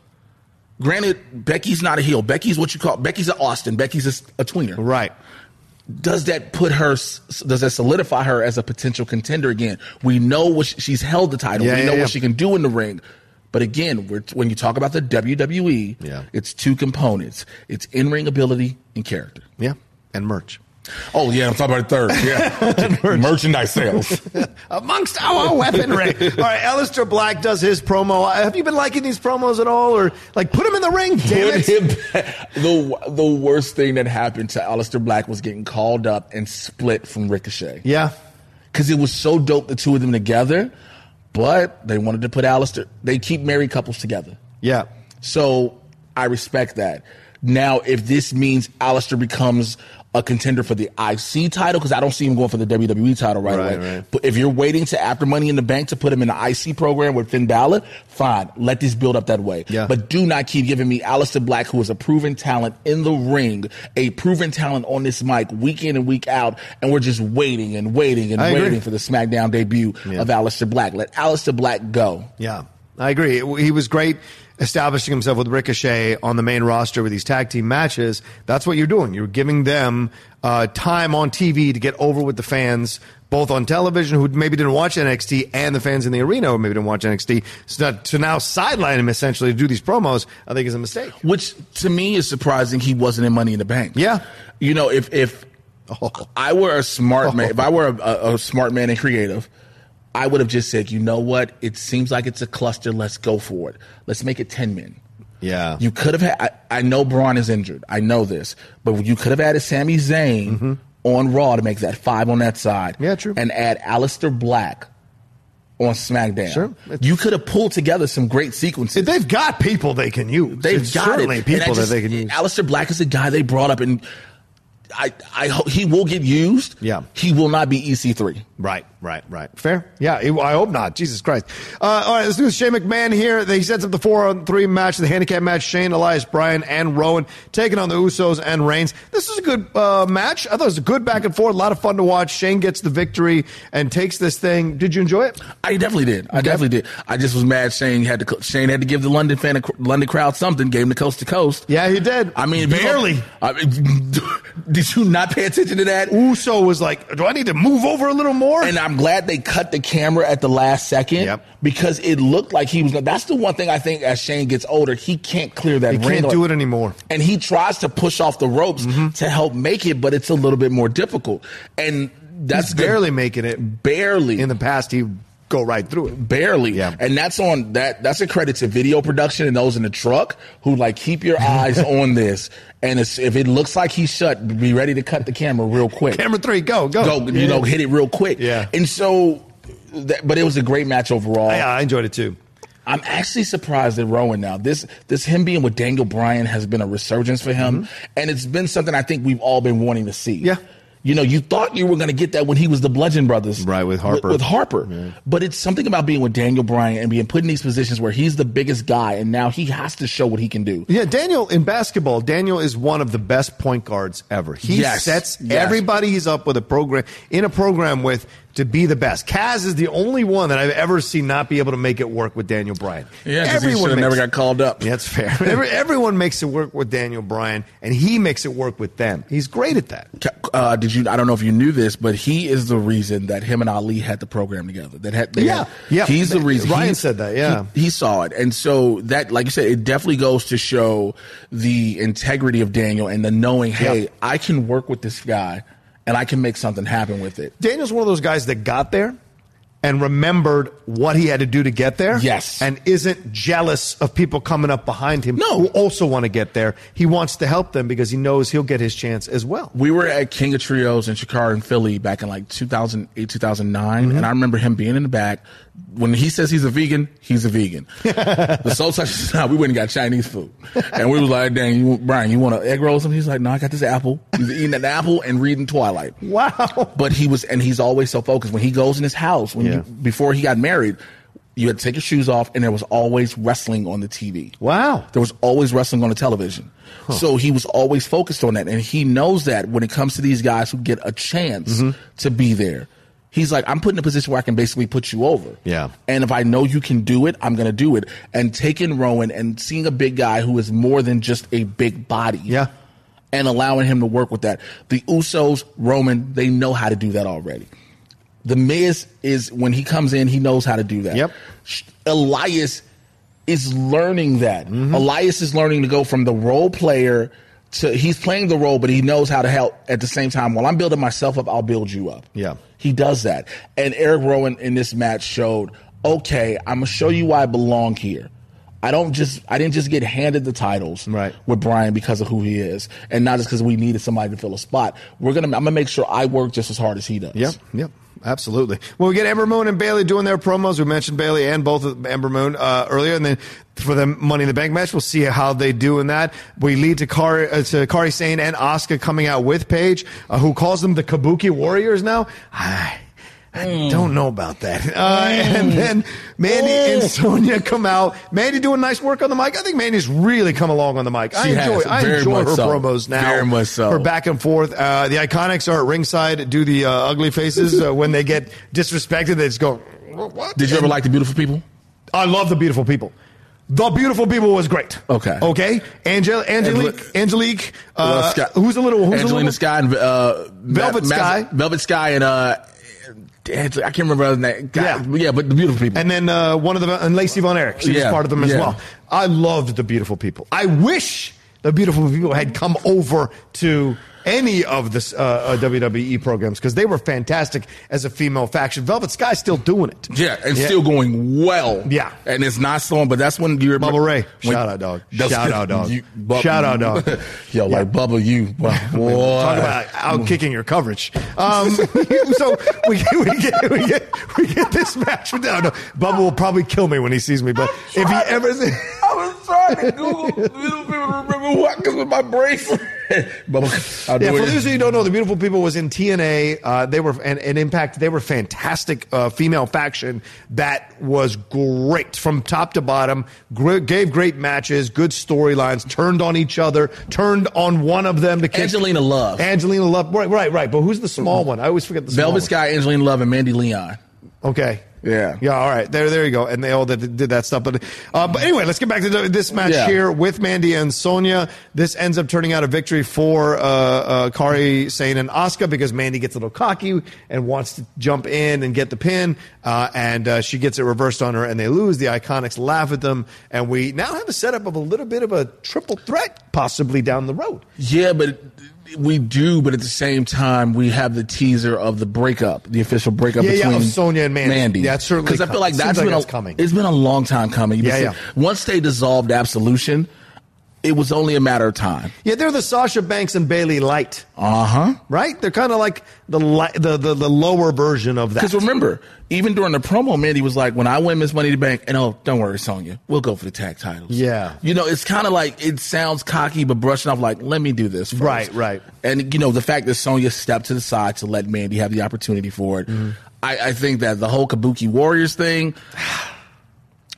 [SPEAKER 5] granted, Becky's not a heel. Becky's what you call Becky's an Austin. Becky's a, s- a tweener.
[SPEAKER 4] Right.
[SPEAKER 5] Does that put her? s- Does that solidify her as a potential contender again? We know what she, she's held the title.
[SPEAKER 4] Yeah,
[SPEAKER 5] we
[SPEAKER 4] yeah,
[SPEAKER 5] know
[SPEAKER 4] yeah.
[SPEAKER 5] what she can do in the ring. But again, we're, when you talk about the WWE,
[SPEAKER 4] Yeah.
[SPEAKER 5] it's two components: it's in ring ability and character.
[SPEAKER 4] Yeah, and merch.
[SPEAKER 5] Oh yeah, I'm talking about a third.
[SPEAKER 4] *laughs*
[SPEAKER 5] Yeah, merchandise sales.
[SPEAKER 4] Amongst our *laughs* weaponry. all right, Alistair Black does his promo. Uh, Have you been liking these promos at all? Or, like, put him in the ring, damn
[SPEAKER 5] Put
[SPEAKER 4] it.
[SPEAKER 5] him back. the the worst thing that happened to Aleister Black was getting called up and split from Ricochet.
[SPEAKER 4] Yeah.
[SPEAKER 5] Cause it was so dope the two of them together, but they wanted to put Aleister they keep married couples together.
[SPEAKER 4] Yeah.
[SPEAKER 5] So I respect that. Now if this means Aleister becomes a contender for the IC title, because I don't see him going for the WWE title right,
[SPEAKER 4] Right,
[SPEAKER 5] away.
[SPEAKER 4] right.
[SPEAKER 5] But if you're waiting to after Money in the Bank to put him in the IC program with Finn Balor, fine. Let this build up that way.
[SPEAKER 4] Yeah.
[SPEAKER 5] But do not keep giving me Alistair Black, who is a proven talent in the ring, a proven talent on this mic week in and week out, and we're just waiting and waiting and
[SPEAKER 4] I agree.
[SPEAKER 5] waiting for the SmackDown debut
[SPEAKER 4] Yeah.
[SPEAKER 5] of Alistair Black. Let Alistair Black go.
[SPEAKER 4] Yeah, I agree. He was great establishing himself with Ricochet on the main roster with these tag team matches. That's what you're doing. You're giving them uh, time on TV to get over with the fans, both on television who maybe didn't watch NXT and the fans in the arena who maybe didn't watch NXT. So that, to now sideline him essentially to do these promos, I think is a mistake.
[SPEAKER 5] Which to me is surprising he wasn't in Money in the Bank.
[SPEAKER 4] Yeah. Oh.
[SPEAKER 5] You know, if if I were a smart man, if I were a, a, a smart man and creative, I would have just said, you know what? It seems like it's a cluster. Let's go for it. Let's make it ten men.
[SPEAKER 4] Yeah.
[SPEAKER 5] You could have had. I, I know Braun is injured. I know this, but you could have added Sami Zayn
[SPEAKER 4] Mm-hmm.
[SPEAKER 5] on Raw to make that five on that side. Yeah, true. And add Alistair Black on SmackDown.
[SPEAKER 4] Sure.
[SPEAKER 5] you could have pulled together some great sequences.
[SPEAKER 4] They've got people they can use.
[SPEAKER 5] They've
[SPEAKER 4] It's
[SPEAKER 5] got
[SPEAKER 4] certainly
[SPEAKER 5] it.
[SPEAKER 4] people
[SPEAKER 5] And I
[SPEAKER 4] that
[SPEAKER 5] just-
[SPEAKER 4] they can use.
[SPEAKER 5] Alistair Black is the guy they brought up, and I, I hope he will get used.
[SPEAKER 4] Yeah.
[SPEAKER 5] he will not be E EC3.
[SPEAKER 4] Right, right, right. Fair? Yeah, it- I hope not. Jesus Christ. Uh, all right, let's do Shane McMahon here. He sets up the four on three match, the handicap match. Shane, Elias, Bryan, and Rowan taking on the Usos and Reigns. This is a good uh, match. I thought it was a good back and forth, a lot of fun to watch. Shane gets the victory and takes this thing. Did you enjoy it?
[SPEAKER 5] I definitely did. I definitely did. I just was mad Shane had to co- Shane had to give the London fan a, cr- London crowd something. Gave him the coast to coast.
[SPEAKER 4] Yeah, he did.
[SPEAKER 5] I mean, if you don't-
[SPEAKER 4] barely.
[SPEAKER 5] I mean, *laughs* did you not pay attention to that?
[SPEAKER 4] Uso was like, do I need to move over a little more?
[SPEAKER 5] And I'm glad they cut the camera at the last second because it looked like he was. gonna- That's the one thing I think as Shane gets older, he can't clear that.
[SPEAKER 4] He
[SPEAKER 5] ring
[SPEAKER 4] can't
[SPEAKER 5] on-
[SPEAKER 4] do it anymore.
[SPEAKER 5] and he tries to push off the ropes
[SPEAKER 4] Mm-hmm.
[SPEAKER 5] to help make it, but it's a little bit more difficult. And that's
[SPEAKER 4] He's
[SPEAKER 5] good-
[SPEAKER 4] barely making it.
[SPEAKER 5] Barely.
[SPEAKER 4] In the past, he'd go right through it.
[SPEAKER 5] barely.
[SPEAKER 4] Yeah.
[SPEAKER 5] And that's on that. That's a credit to video production and those in the truck who like keep your
[SPEAKER 4] *laughs*
[SPEAKER 5] eyes on this. And it's, if it looks like he's shut, be ready to cut the camera real quick.
[SPEAKER 4] Camera three, go, go.
[SPEAKER 5] Go, you know, hit it real quick.
[SPEAKER 4] Yeah.
[SPEAKER 5] And so, that, but it was a great match overall.
[SPEAKER 4] Yeah, I enjoyed it too.
[SPEAKER 5] I'm actually surprised at Rowan now. This this him being with Daniel Bryan has been a resurgence for him, and it's been something I think we've all been wanting to see. Mm-hmm. Yeah. You know, you thought you were going to get that when he was the Bludgeon Brothers, right? With
[SPEAKER 4] Harper.
[SPEAKER 5] with, Harper. But it's something about being with Daniel Bryan and being put in these positions where he's the biggest guy, and now he has to show what he can do.
[SPEAKER 4] Yeah, Daniel in basketball, Daniel is one of the best point guards ever. He
[SPEAKER 5] Yes,
[SPEAKER 4] sets
[SPEAKER 5] yes.
[SPEAKER 4] everybody he's up with a program in a program with to be the best. Kaz is the only one that I've ever seen not be able to make it work with Daniel Bryan. makes-
[SPEAKER 5] called up.
[SPEAKER 4] Yeah,
[SPEAKER 5] *laughs*
[SPEAKER 4] that's fair. Every, everyone makes it work with Daniel Bryan, and he makes it work with them. He's great at that.
[SPEAKER 5] uh, did you? I don't know if you knew this, but he is the reason that him and Ali had the program together. That had, they
[SPEAKER 4] Yeah,
[SPEAKER 5] had-
[SPEAKER 4] yeah.
[SPEAKER 5] He's the reason.
[SPEAKER 4] Ryan
[SPEAKER 5] He-
[SPEAKER 4] said that, yeah.
[SPEAKER 5] he, he saw it, and so that, like you said, it definitely goes to show the integrity of Daniel and the knowing, hey, I can work with this guy, and I can make something happen with it.
[SPEAKER 4] Daniel's one of those guys that got there and remembered what he had to do to get there.
[SPEAKER 5] Yes.
[SPEAKER 4] And isn't jealous of people coming up behind him
[SPEAKER 5] No.
[SPEAKER 4] who also want to get there. He wants to help them because he knows he'll get his chance as well.
[SPEAKER 5] we were at King of Trios in Chicago in Philly back in like 2008, 2009.
[SPEAKER 4] Mm-hmm.
[SPEAKER 5] And I remember him being in the back. When he says he's a vegan, he's a
[SPEAKER 4] *laughs*
[SPEAKER 5] vegan. the soul touch is not. We went and got Chinese food. And we was like, dang, you, Brian, you want an egg roll or something? He's like, no, I got this apple. He's eating an apple and reading Twilight.
[SPEAKER 4] Wow.
[SPEAKER 5] But he was, and he's always so focused. When he goes in his house, when
[SPEAKER 4] Yeah.
[SPEAKER 5] you, before he got married, You had to take your shoes off, and there was always wrestling on the TV.
[SPEAKER 4] Wow.
[SPEAKER 5] There was always wrestling on the television.
[SPEAKER 4] Huh.
[SPEAKER 5] So he was always focused on that. And he knows that when it comes to these guys who get a chance
[SPEAKER 4] Mhm.
[SPEAKER 5] to be there, he's like, I'm put in a position where I can basically put you over.
[SPEAKER 4] Yeah.
[SPEAKER 5] And if I know you can do it, I'm going to do it. And taking Rowan and seeing a big guy who is more than just a big body. Yeah. And allowing him to work with that. The Usos, Roman, they know how to do that already. The Miz is when he comes in, he knows how to do that. Yep. Elias is learning that. Elias is learning to go from the role player to he's playing the role, but he knows how to help at the same time. While I'm building myself up, I'll build you up.
[SPEAKER 4] Yeah.
[SPEAKER 5] He does that. And Eric Rowan in this match showed, okay, I'm gonna show you why I belong here. I don't just I didn't just get handed the titles right. with Brian because of who he is, and not just because we needed somebody to fill a spot. We're gonna I'm gonna make sure I work just as hard as he does.
[SPEAKER 4] Yep, yep, absolutely. Well, we get Ember Moon and Bailey doing their promos. We mentioned Bailey and both of Ember Moon uh, earlier, and then for the Money in the Bank match, we'll see how they do in that. We lead to Kari, uh, to Kari Sane and Asuka coming out with Paige, uh, who calls them the Kabuki Warriors now. I, I
[SPEAKER 5] Hmm.
[SPEAKER 4] don't know about that. Uh, And then Mandy and
[SPEAKER 5] Hmm.
[SPEAKER 4] Sonya come out. Mandy doing nice work on the mic. I think Mandy's really come along on the mic. I
[SPEAKER 5] She has,
[SPEAKER 4] enjoy. I
[SPEAKER 5] very
[SPEAKER 4] enjoy
[SPEAKER 5] much
[SPEAKER 4] her
[SPEAKER 5] so.
[SPEAKER 4] promos now.
[SPEAKER 5] Very much so.
[SPEAKER 4] Her back and forth. Uh, the Iconics are at ringside, do the uh, ugly faces uh, when they get disrespected. They just go. What?
[SPEAKER 5] Did you ever like the beautiful people?
[SPEAKER 4] I love the beautiful people. The beautiful people was great.
[SPEAKER 5] Okay.
[SPEAKER 4] Okay. Angel, Angelique, Angelique. Uh,
[SPEAKER 5] Well, Sky-
[SPEAKER 4] who's a little? Who's a
[SPEAKER 5] Angelina
[SPEAKER 4] little?
[SPEAKER 5] Sky and uh,
[SPEAKER 4] Velvet Sky.
[SPEAKER 5] Velvet Sky, and uh, Angel- I can't remember her name. God, yeah. but the beautiful people.
[SPEAKER 4] And then uh, one of them, and Lacey Von Erich. She
[SPEAKER 5] Yeah,
[SPEAKER 4] was part of them as
[SPEAKER 5] yeah.
[SPEAKER 4] well. I loved the beautiful people. I wish the beautiful people had come over to any of the uh, uh, WWE programs because they were fantastic as a female faction. Velvet Sky's still doing it.
[SPEAKER 5] Yeah, and
[SPEAKER 4] Yeah.
[SPEAKER 5] still going well.
[SPEAKER 4] Yeah.
[SPEAKER 5] and it's not slowing. But that's when you remember
[SPEAKER 4] Bubba Ray.
[SPEAKER 5] when-
[SPEAKER 4] Shout out, dog.
[SPEAKER 5] That's-
[SPEAKER 4] Shout out, dog.
[SPEAKER 5] you- Bub-
[SPEAKER 4] Shout out, dog.
[SPEAKER 5] *laughs* Yo, like Bubba, you boy.
[SPEAKER 4] *laughs* Talk about outkicking your coverage. Um, *laughs* so we, we, get, we, get, we get this match. with- No, no, Bubba will probably kill me when he sees me,
[SPEAKER 5] *laughs*
[SPEAKER 4] but if he ever. *laughs*
[SPEAKER 5] I was trying to Google little people remember what because with my brain. *laughs* Bubba, I'll do
[SPEAKER 4] yeah, for
[SPEAKER 5] it.
[SPEAKER 4] those of you who don't know, the Beautiful People was in TNA. Uh, they were and, and Impact. They were fantastic uh, female faction that was great from top to bottom. Gr- gave great matches, good storylines. Turned on each other. Turned on one of them to kick.
[SPEAKER 5] Angelina Love. Mm-hmm.
[SPEAKER 4] Angelina Love. Right, right, right. But who's the small one? I always forget the small
[SPEAKER 5] Velvet
[SPEAKER 4] one.
[SPEAKER 5] Sky, Angelina Love, and Mandy Leon.
[SPEAKER 4] Okay.
[SPEAKER 5] Yeah.
[SPEAKER 4] Yeah. All right. There. There you go. And they all did, did that stuff. But, uh, but anyway, let's get back to the- this match
[SPEAKER 5] Yeah.
[SPEAKER 4] here with Mandy and Sonia. This ends up turning out a victory for uh, uh, Kari Sane and Asuka because Mandy gets a little cocky and wants to jump in and get the pin, uh, and uh, she gets it reversed on her, and they lose. The Iconics laugh at them, and we now have a setup of a little bit of a triple threat possibly down the road.
[SPEAKER 5] Yeah, but we do. But at the same time, we have the teaser of the breakup, the official breakup
[SPEAKER 4] Yeah, yeah,
[SPEAKER 5] between
[SPEAKER 4] of Sonya and Mandy. Yeah, it's certainly
[SPEAKER 5] because I
[SPEAKER 4] com-
[SPEAKER 5] feel like
[SPEAKER 4] seems
[SPEAKER 5] that's
[SPEAKER 4] like
[SPEAKER 5] been
[SPEAKER 4] it's
[SPEAKER 5] a,
[SPEAKER 4] coming.
[SPEAKER 5] It's been a long time coming. You've been
[SPEAKER 4] Yeah,
[SPEAKER 5] saying- Once they dissolved Absolution, it was only a matter of time.
[SPEAKER 4] Yeah, they're the Sasha Banks and Bailey light.
[SPEAKER 5] Uh huh.
[SPEAKER 4] Right? They're kind of like the, li- the the the lower version of that.
[SPEAKER 5] Because remember, even during the promo, Mandy was like, "When I win Miss Money in the Bank, and oh, don't worry, Sonya, we'll go for the tag titles."
[SPEAKER 4] Yeah.
[SPEAKER 5] you know, it's kind of like it sounds cocky, but brushing off like, "Let me do this." First.
[SPEAKER 4] Right, right.
[SPEAKER 5] And you know, the fact that Sonya stepped to the side to let Mandy have the opportunity for it,
[SPEAKER 4] Mm-hmm.
[SPEAKER 5] I, I think that the whole Kabuki Warriors thing.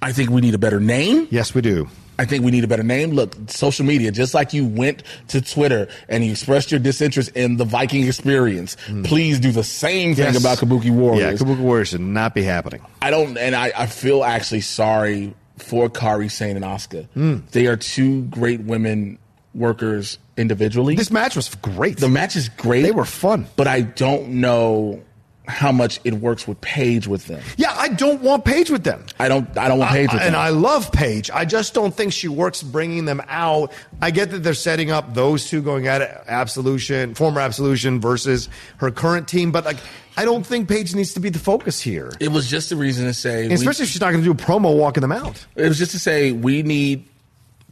[SPEAKER 5] I think we need a better name.
[SPEAKER 4] Yes, we do.
[SPEAKER 5] I think we need a better name. Look, social media, just like you went to Twitter and you expressed your disinterest in the Viking experience, please do the same thing
[SPEAKER 4] Mm. Yes.
[SPEAKER 5] about Kabuki Warriors.
[SPEAKER 4] Yeah, Kabuki Warriors should not be happening.
[SPEAKER 5] I don't, and I, I feel actually sorry for Kari Sane and Asuka.
[SPEAKER 4] Mm.
[SPEAKER 5] They are two great women workers individually.
[SPEAKER 4] This match was great.
[SPEAKER 5] The match is great. They were
[SPEAKER 4] fun,
[SPEAKER 5] but I don't know how much it works with Paige with them.
[SPEAKER 4] Yeah, I don't want Paige with them.
[SPEAKER 5] I don't. I don't want Paige with
[SPEAKER 4] and
[SPEAKER 5] them.
[SPEAKER 4] I love Paige. I just don't think she works bringing them out. I get that they're setting up those two going at it, Absolution, former Absolution versus her current team, but like I don't think Paige needs to be the focus here.
[SPEAKER 5] it was just a reason to say, we-
[SPEAKER 4] Especially if she's not going to do a promo walking them out.
[SPEAKER 5] It was just to say we need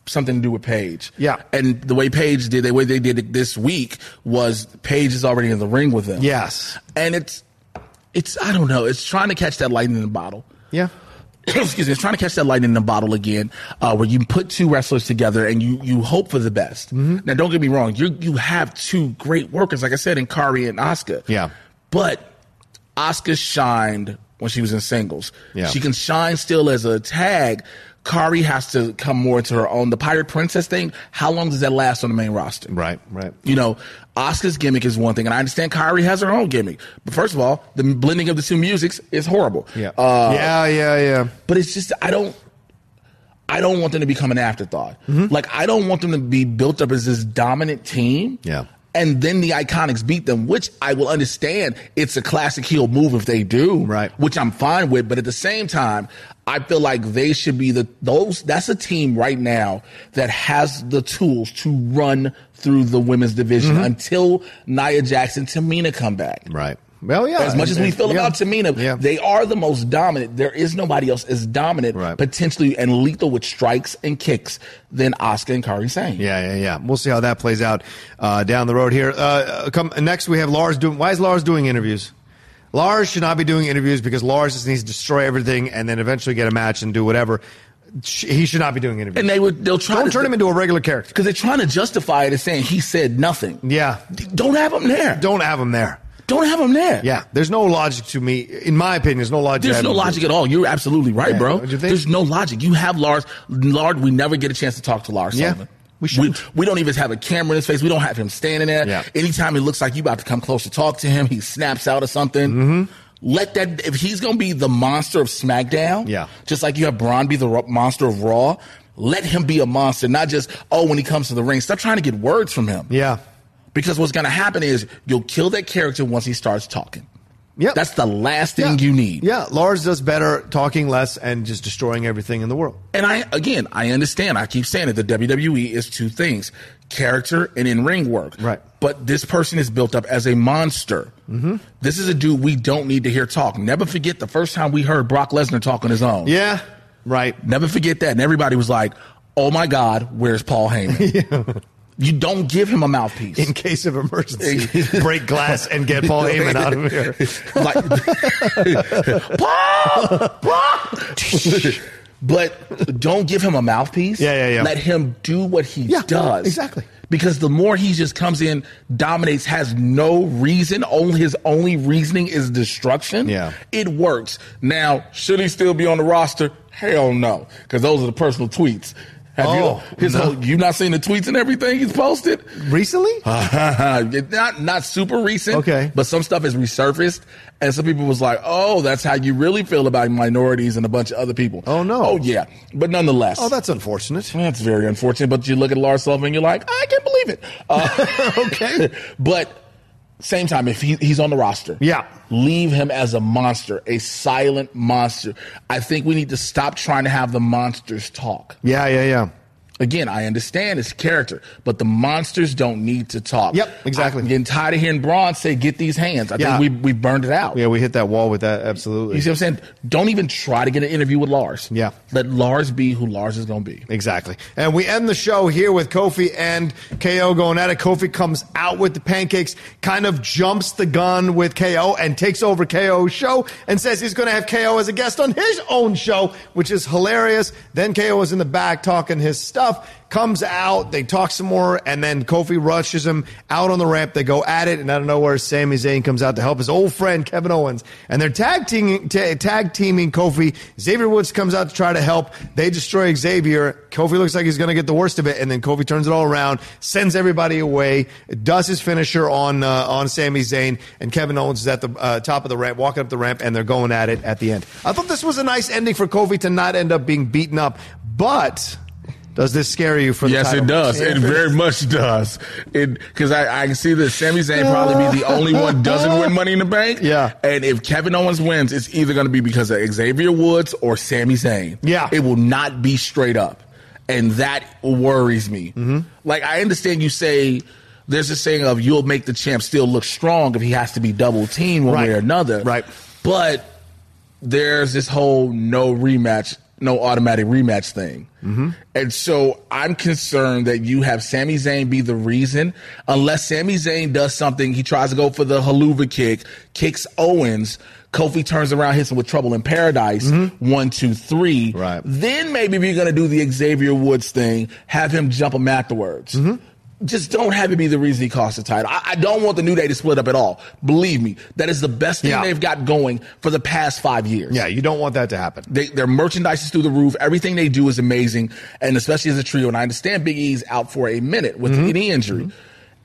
[SPEAKER 5] something to do with Paige.
[SPEAKER 4] Yeah.
[SPEAKER 5] And the way Paige did, the way they did it this week was Paige is already in the ring with them.
[SPEAKER 4] Yes.
[SPEAKER 5] And it's it's I don't know. It's trying to catch that lightning in the bottle. *clears throat*
[SPEAKER 4] Yeah.
[SPEAKER 5] Excuse me. It's trying to catch that lightning in the bottle again, uh, where you put two wrestlers together and you you hope for the best.
[SPEAKER 4] Mm-hmm.
[SPEAKER 5] Now, don't get me wrong. You you have two great workers, like I said, in Kari and Oscar.
[SPEAKER 4] Yeah.
[SPEAKER 5] But Oscar shined when she was in singles.
[SPEAKER 4] Yeah.
[SPEAKER 5] She can shine still as a tag. Kari has to come more into her own. The Pirate Princess thing, how long does that last on the main roster?
[SPEAKER 4] Right, right.
[SPEAKER 5] You know, Oscar's gimmick is one thing, and I understand Kyrie has her own gimmick. But first of all, the blending of the two musics is horrible.
[SPEAKER 4] Yeah.
[SPEAKER 5] Uh,
[SPEAKER 4] yeah, yeah, yeah.
[SPEAKER 5] But it's just I don't I don't want them to become an afterthought. Like I don't want them to be built up as this dominant team.
[SPEAKER 4] Yeah.
[SPEAKER 5] And then the iconics beat them, which I will understand. It's a classic heel move if they do, right? Which I'm fine with. But at the same time, I feel like they should be the those. That's a team right now that has the tools to run through the women's division
[SPEAKER 4] Mhm.
[SPEAKER 5] until Nia Jackson, Tamina come back,
[SPEAKER 4] right? Well, yeah.
[SPEAKER 5] As much as
[SPEAKER 4] And-
[SPEAKER 5] we
[SPEAKER 4] and-
[SPEAKER 5] feel
[SPEAKER 4] yeah.
[SPEAKER 5] about Tamina, they are the most dominant. There is nobody else as dominant, potentially and lethal with strikes and kicks than Oscar and Kari Sane.
[SPEAKER 4] Yeah, yeah, yeah. We'll see how that plays out uh, down the road here. Uh, come next, we have Lars doing. Why is Lars doing interviews? Lars should not be doing interviews because Lars just needs to destroy everything and then eventually get a match and do whatever. Sh- He should not be doing interviews.
[SPEAKER 5] And they would they'll try
[SPEAKER 4] Don't
[SPEAKER 5] to
[SPEAKER 4] turn him into a regular character
[SPEAKER 5] because they're trying to justify it as saying he said nothing.
[SPEAKER 4] Yeah,
[SPEAKER 5] don't have him there.
[SPEAKER 4] Don't have him there.
[SPEAKER 5] Don't have him there.
[SPEAKER 4] Yeah, there's no logic to me. In my opinion, there's no logic. to
[SPEAKER 5] There's
[SPEAKER 4] have
[SPEAKER 5] no
[SPEAKER 4] him do
[SPEAKER 5] logic
[SPEAKER 4] it.
[SPEAKER 5] at all. You're absolutely right,
[SPEAKER 4] Yeah,
[SPEAKER 5] bro.
[SPEAKER 4] don't you think?
[SPEAKER 5] There's no logic. You have Lars. Lars, we never get a chance to talk to Lars.
[SPEAKER 4] Yeah,
[SPEAKER 5] Sullivan. We, we, don't even have a camera in his face. We don't have him standing there. Anytime he looks like you about to come close to talk to him, he snaps out or something.
[SPEAKER 4] Mm-hmm.
[SPEAKER 5] Let that if he's gonna be the monster of SmackDown, yeah. just like you have Braun be the ro- monster of Raw, let him be a monster, not just oh when he comes to the ring. Stop trying to get words from him.
[SPEAKER 4] Yeah,
[SPEAKER 5] because what's gonna happen is you'll kill that character once he starts talking. Yeah, that's the last thing you need.
[SPEAKER 4] Yeah, Lars does better talking less and just destroying everything in the world.
[SPEAKER 5] And I again, I understand. I keep saying it. The WWE is two things: character and in-ring work. Right. But this person is built up as a monster. Mm-hmm. This is a dude we don't need to hear talk. Never forget the first time we heard Brock Lesnar talk on his own.
[SPEAKER 4] Yeah. Right.
[SPEAKER 5] Never forget that. And everybody was like, "Oh my God, where's Paul *laughs* Heyman?" You don't give him a mouthpiece in
[SPEAKER 4] case of emergency. *laughs* Break glass and get *laughs* Paul Heyman out of here.
[SPEAKER 5] *laughs* but don't give him a mouthpiece. Yeah, yeah,
[SPEAKER 4] yeah.
[SPEAKER 5] Let him do what he does.
[SPEAKER 4] exactly.
[SPEAKER 5] Because the more he just comes in, dominates, has no reason, only his only reasoning is destruction. Yeah. It works. Now, should he still be on the roster? Hell no. Because those are the personal tweets. Have
[SPEAKER 4] Oh,
[SPEAKER 5] you his
[SPEAKER 4] no.
[SPEAKER 5] whole, you not seen the tweets and everything he's posted?
[SPEAKER 4] Recently?
[SPEAKER 5] Uh, *laughs* not not super recent. Okay. But some stuff has resurfaced and some people was like, Oh, that's how you really feel about minorities and a bunch of other people. Oh no. Oh yeah. But nonetheless.
[SPEAKER 4] Oh, that's unfortunate.
[SPEAKER 5] That's very unfortunate. But you look at Lars Sullivan, you're like, I can't believe it. Uh, *laughs* okay. But same time, if he, he's on the roster, yeah, leave him as a monster, a silent monster. I think we need to stop trying to have the monsters talk.
[SPEAKER 4] Yeah, yeah, yeah.
[SPEAKER 5] Again, I understand his character, but the monsters don't need to talk. Yep, exactly. I'm getting tired of hearing Braun say, "Get these hands." I
[SPEAKER 4] Yeah.
[SPEAKER 5] think we we burned it out.
[SPEAKER 4] Yeah, we hit that wall with that. Absolutely.
[SPEAKER 5] You see what I'm saying? Don't even try to get an interview with Lars.
[SPEAKER 4] Yeah.
[SPEAKER 5] Let Lars be who Lars is going to be.
[SPEAKER 4] Exactly. And we end the show here with Kofi and KO going at it. Kofi comes out with the pancakes, kind of jumps the gun with KO and takes over KO's show and says he's going to have KO as a guest on his own show, which is hilarious. Then KO is in the back talking his stuff, comes out, they talk some more, and then Kofi rushes him out on the ramp. They go at it, and out of nowhere, Sami Zayn comes out to help his old friend Kevin Owens. And they're tag teaming, ta- tag teaming Kofi. Xavier Woods comes out to try to help. They destroy Xavier. Kofi looks like he's going to get the worst of it, and then Kofi turns it all around, sends everybody away, does his finisher on uh, on Sami Zayn, and Kevin Owens is at the uh, top of the ramp, walking up the ramp, and they're going at it at the end. I thought this was a nice ending for Kofi to not end up being beaten up, but. Does this scare you for the
[SPEAKER 5] yes,
[SPEAKER 4] title
[SPEAKER 5] it does.
[SPEAKER 4] match?
[SPEAKER 5] It very much does. It because I, I can see that Sami Zayn probably be the only one doesn't win Money in the Bank. Yeah, and if Kevin Owens wins, it's either going to be because of Xavier Woods or Sami Zayn. Yeah, it will not be straight up, and that worries me. Like I understand you say. There's this saying of you'll make the champ still look strong if he has to be double teamed one way or another. Right. But there's this whole no rematch, no automatic rematch thing. Mm-hmm. And so I'm concerned that you have Sami Zayn be the reason, unless Sami Zayn does something. He tries to go for the haluva kick, kicks Owens. Kofi turns around, hits him with trouble in paradise. One, two, three. Right. Then maybe if you're going to do the Xavier Woods thing, have him jump him afterwards. just don't have it be the reason he costs the title. I, I don't want the New Day to split up at all. Believe me, that is the best thing
[SPEAKER 4] Yeah.
[SPEAKER 5] they've got going for the past five years.
[SPEAKER 4] Yeah, you don't want that to happen.
[SPEAKER 5] They, their merchandise is through the roof. Everything they do is amazing, and especially as a trio. And I understand Big E's out for a minute with
[SPEAKER 4] Mhm.
[SPEAKER 5] any injury,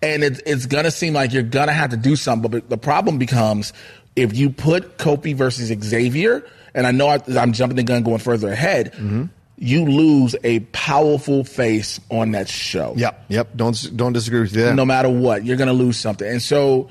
[SPEAKER 5] and it, it's gonna seem like you're gonna have to do something. But the problem becomes if you put Kofi versus Xavier, and I know I, I'm jumping the gun going further ahead. You lose a powerful face on that show.
[SPEAKER 4] Yep, yep. Don't don't disagree with that.
[SPEAKER 5] No matter what, you're going to lose something, and so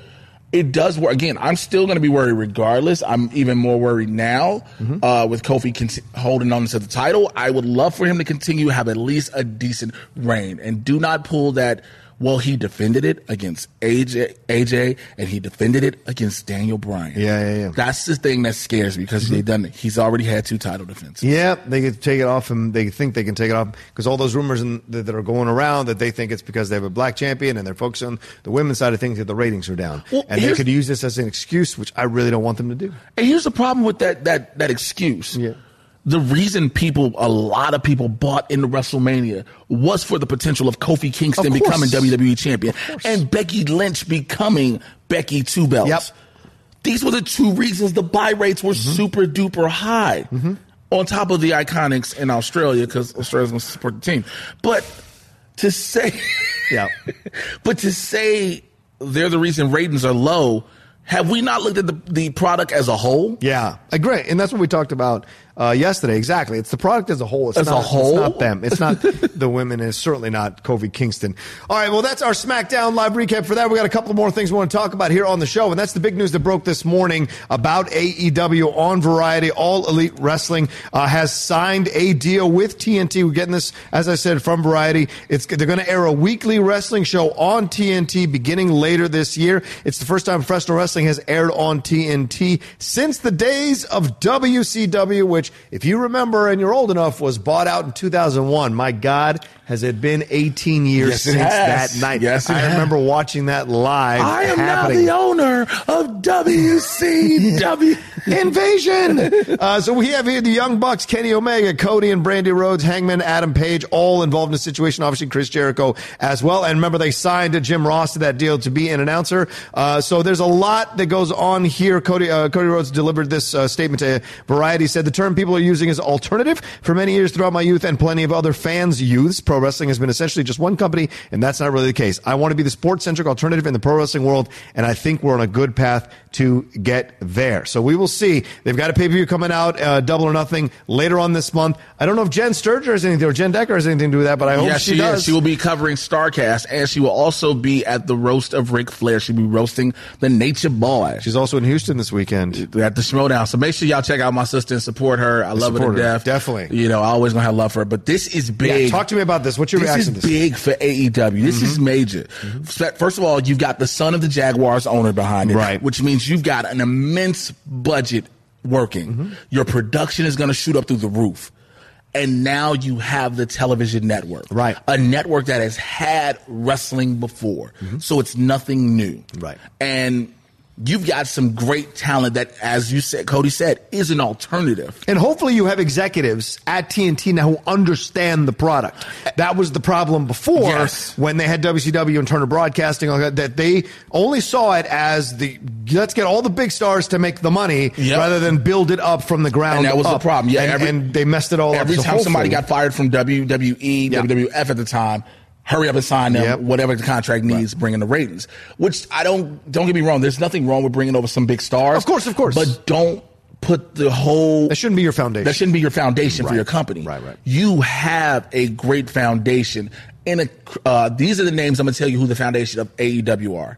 [SPEAKER 5] it does work. Again, I'm still going to be worried regardless. I'm even more worried now uh, with Kofi conti- holding on to the title. I would love for him to continue to have at least a decent reign, and do not pull that. Well, he defended it against AJ, AJ, and he defended it against Daniel Bryan. Yeah, yeah, Mm-hmm. yeah. That's the thing that scares me because they've done it. He's already had two title defenses.
[SPEAKER 4] Yeah, they could take it off him. They think they can take it off because all those rumors in, that, that are going around that they think it's because they have a black champion and they're focused on the women's side of things that the ratings are down,
[SPEAKER 5] Well,
[SPEAKER 4] and they
[SPEAKER 5] here's-
[SPEAKER 4] could use this as an excuse, which I really don't want them to do.
[SPEAKER 5] And here's the problem with that that that excuse. Yeah. The reason people, a lot of people bought into WrestleMania was for the potential of Kofi Kingston
[SPEAKER 4] Of course.
[SPEAKER 5] becoming WWE champion and Becky Lynch becoming Becky Two Belts. Yep. These were the two reasons the buy rates
[SPEAKER 4] Mm-hmm.
[SPEAKER 5] were super duper high. On top of the iconics in Australia, because Australia's going to support the team. But to say,
[SPEAKER 4] yeah,
[SPEAKER 5] *laughs* but to say they're the reason ratings are low, have we not looked at the, the product as a whole?
[SPEAKER 4] Yeah, Uh, great, and that's what we talked about uh, yesterday. Exactly, it's the product as a whole. It's
[SPEAKER 5] As a
[SPEAKER 4] not,
[SPEAKER 5] whole?
[SPEAKER 4] it's not them.
[SPEAKER 5] *laughs*
[SPEAKER 4] It's not the women. And it's certainly not Kofi Kingston. All right, well, that's our SmackDown live recap for that. We got a couple more things we want to talk about here on the show, and that's the big news that broke this morning about AEW on Variety. All Elite Wrestling uh, has signed a deal with TNT. We're getting this, as I said, from Variety. It's they're going to air a weekly wrestling show on TNT beginning later this year. It's the first time professional wrestling has aired on TNT since the days of WCW, which, if you remember and you're old enough, was bought out in 2001. My God, has it been 18 years
[SPEAKER 5] Yes, it
[SPEAKER 4] since
[SPEAKER 5] has.
[SPEAKER 4] that night?
[SPEAKER 5] Yes, it
[SPEAKER 4] I
[SPEAKER 5] has.
[SPEAKER 4] remember watching that live.
[SPEAKER 5] I am
[SPEAKER 4] happening.
[SPEAKER 5] now the owner of WCW
[SPEAKER 4] Invasion. Uh, so we have here the Young Bucks, Kenny Omega, Cody and Brandy Rhodes, Hangman, Adam Page, all involved in the situation. Obviously, Chris Jericho as well. And remember, they signed Jim Ross to that deal to be an announcer. Uh, so there's a lot that goes on here. Cody uh, Cody Rhodes delivered this uh, statement to Variety. He said the term people are using is alternative. For many years throughout my youth and plenty of other fans' youths, pro wrestling has been essentially just one company, and that's not really the case. I want to be the sports centric alternative in the pro wrestling world, and I think we're on a good path to get there. So we will see. They've got a pay per view coming out, uh, Double or Nothing, later on this month. I don't know if Jen Sturger has anything or Jen Decker has anything to do with that, but I hope
[SPEAKER 5] yes,
[SPEAKER 4] she, does.
[SPEAKER 5] Is. She will be covering StarCast, and she will also be at the roast of Ric Flair. She'll be roasting the Nature Boy.
[SPEAKER 4] She's also in Houston this weekend
[SPEAKER 5] at the Schmodown. So make sure y'all check out my sister and support her. I love her
[SPEAKER 4] Support
[SPEAKER 5] to
[SPEAKER 4] her,
[SPEAKER 5] death. Definitely. You know, I always gonna have love for her. But this is big.
[SPEAKER 4] Yeah, talk to me about this. What's your
[SPEAKER 5] this
[SPEAKER 4] reaction
[SPEAKER 5] is
[SPEAKER 4] to this? Mm-hmm.
[SPEAKER 5] big for AEW. This is major. F- First of all, you've got the son of the Jaguars owner behind it, right? Which means you've got an immense budget working.
[SPEAKER 4] Mm-hmm.
[SPEAKER 5] Your production is going to shoot up through the roof. And now you have the television network, right? A network that has had wrestling before,
[SPEAKER 4] Mm-hmm.
[SPEAKER 5] so it's nothing new, right? And you've got some great talent that, as you said, Cody said, is an alternative.
[SPEAKER 4] And hopefully you have executives at TNT now who understand the product. That was the problem before when they had WCW and Turner Broadcasting all that that they only saw it as the let's get all the big stars to make the money rather than build it up from the ground.
[SPEAKER 5] And that was the
[SPEAKER 4] up.
[SPEAKER 5] problem. Yeah,
[SPEAKER 4] and,
[SPEAKER 5] every-
[SPEAKER 4] and they messed it all up.
[SPEAKER 5] Every
[SPEAKER 4] So
[SPEAKER 5] time somebody
[SPEAKER 4] hopefully-
[SPEAKER 5] got fired from E, WWE, WWF at the time, hurry up and sign them. Whatever the contract needs, bring in the ratings. Which I don't. Don't get me wrong. There's nothing wrong with bringing over some big stars. Of course, of course. But don't put the whole. That
[SPEAKER 4] shouldn't be your foundation.
[SPEAKER 5] That shouldn't be your foundation for
[SPEAKER 4] Right.
[SPEAKER 5] your company. Right. Right. You have a great foundation. And a, uh, these are the names I'm going to tell you who the foundation of AEW are.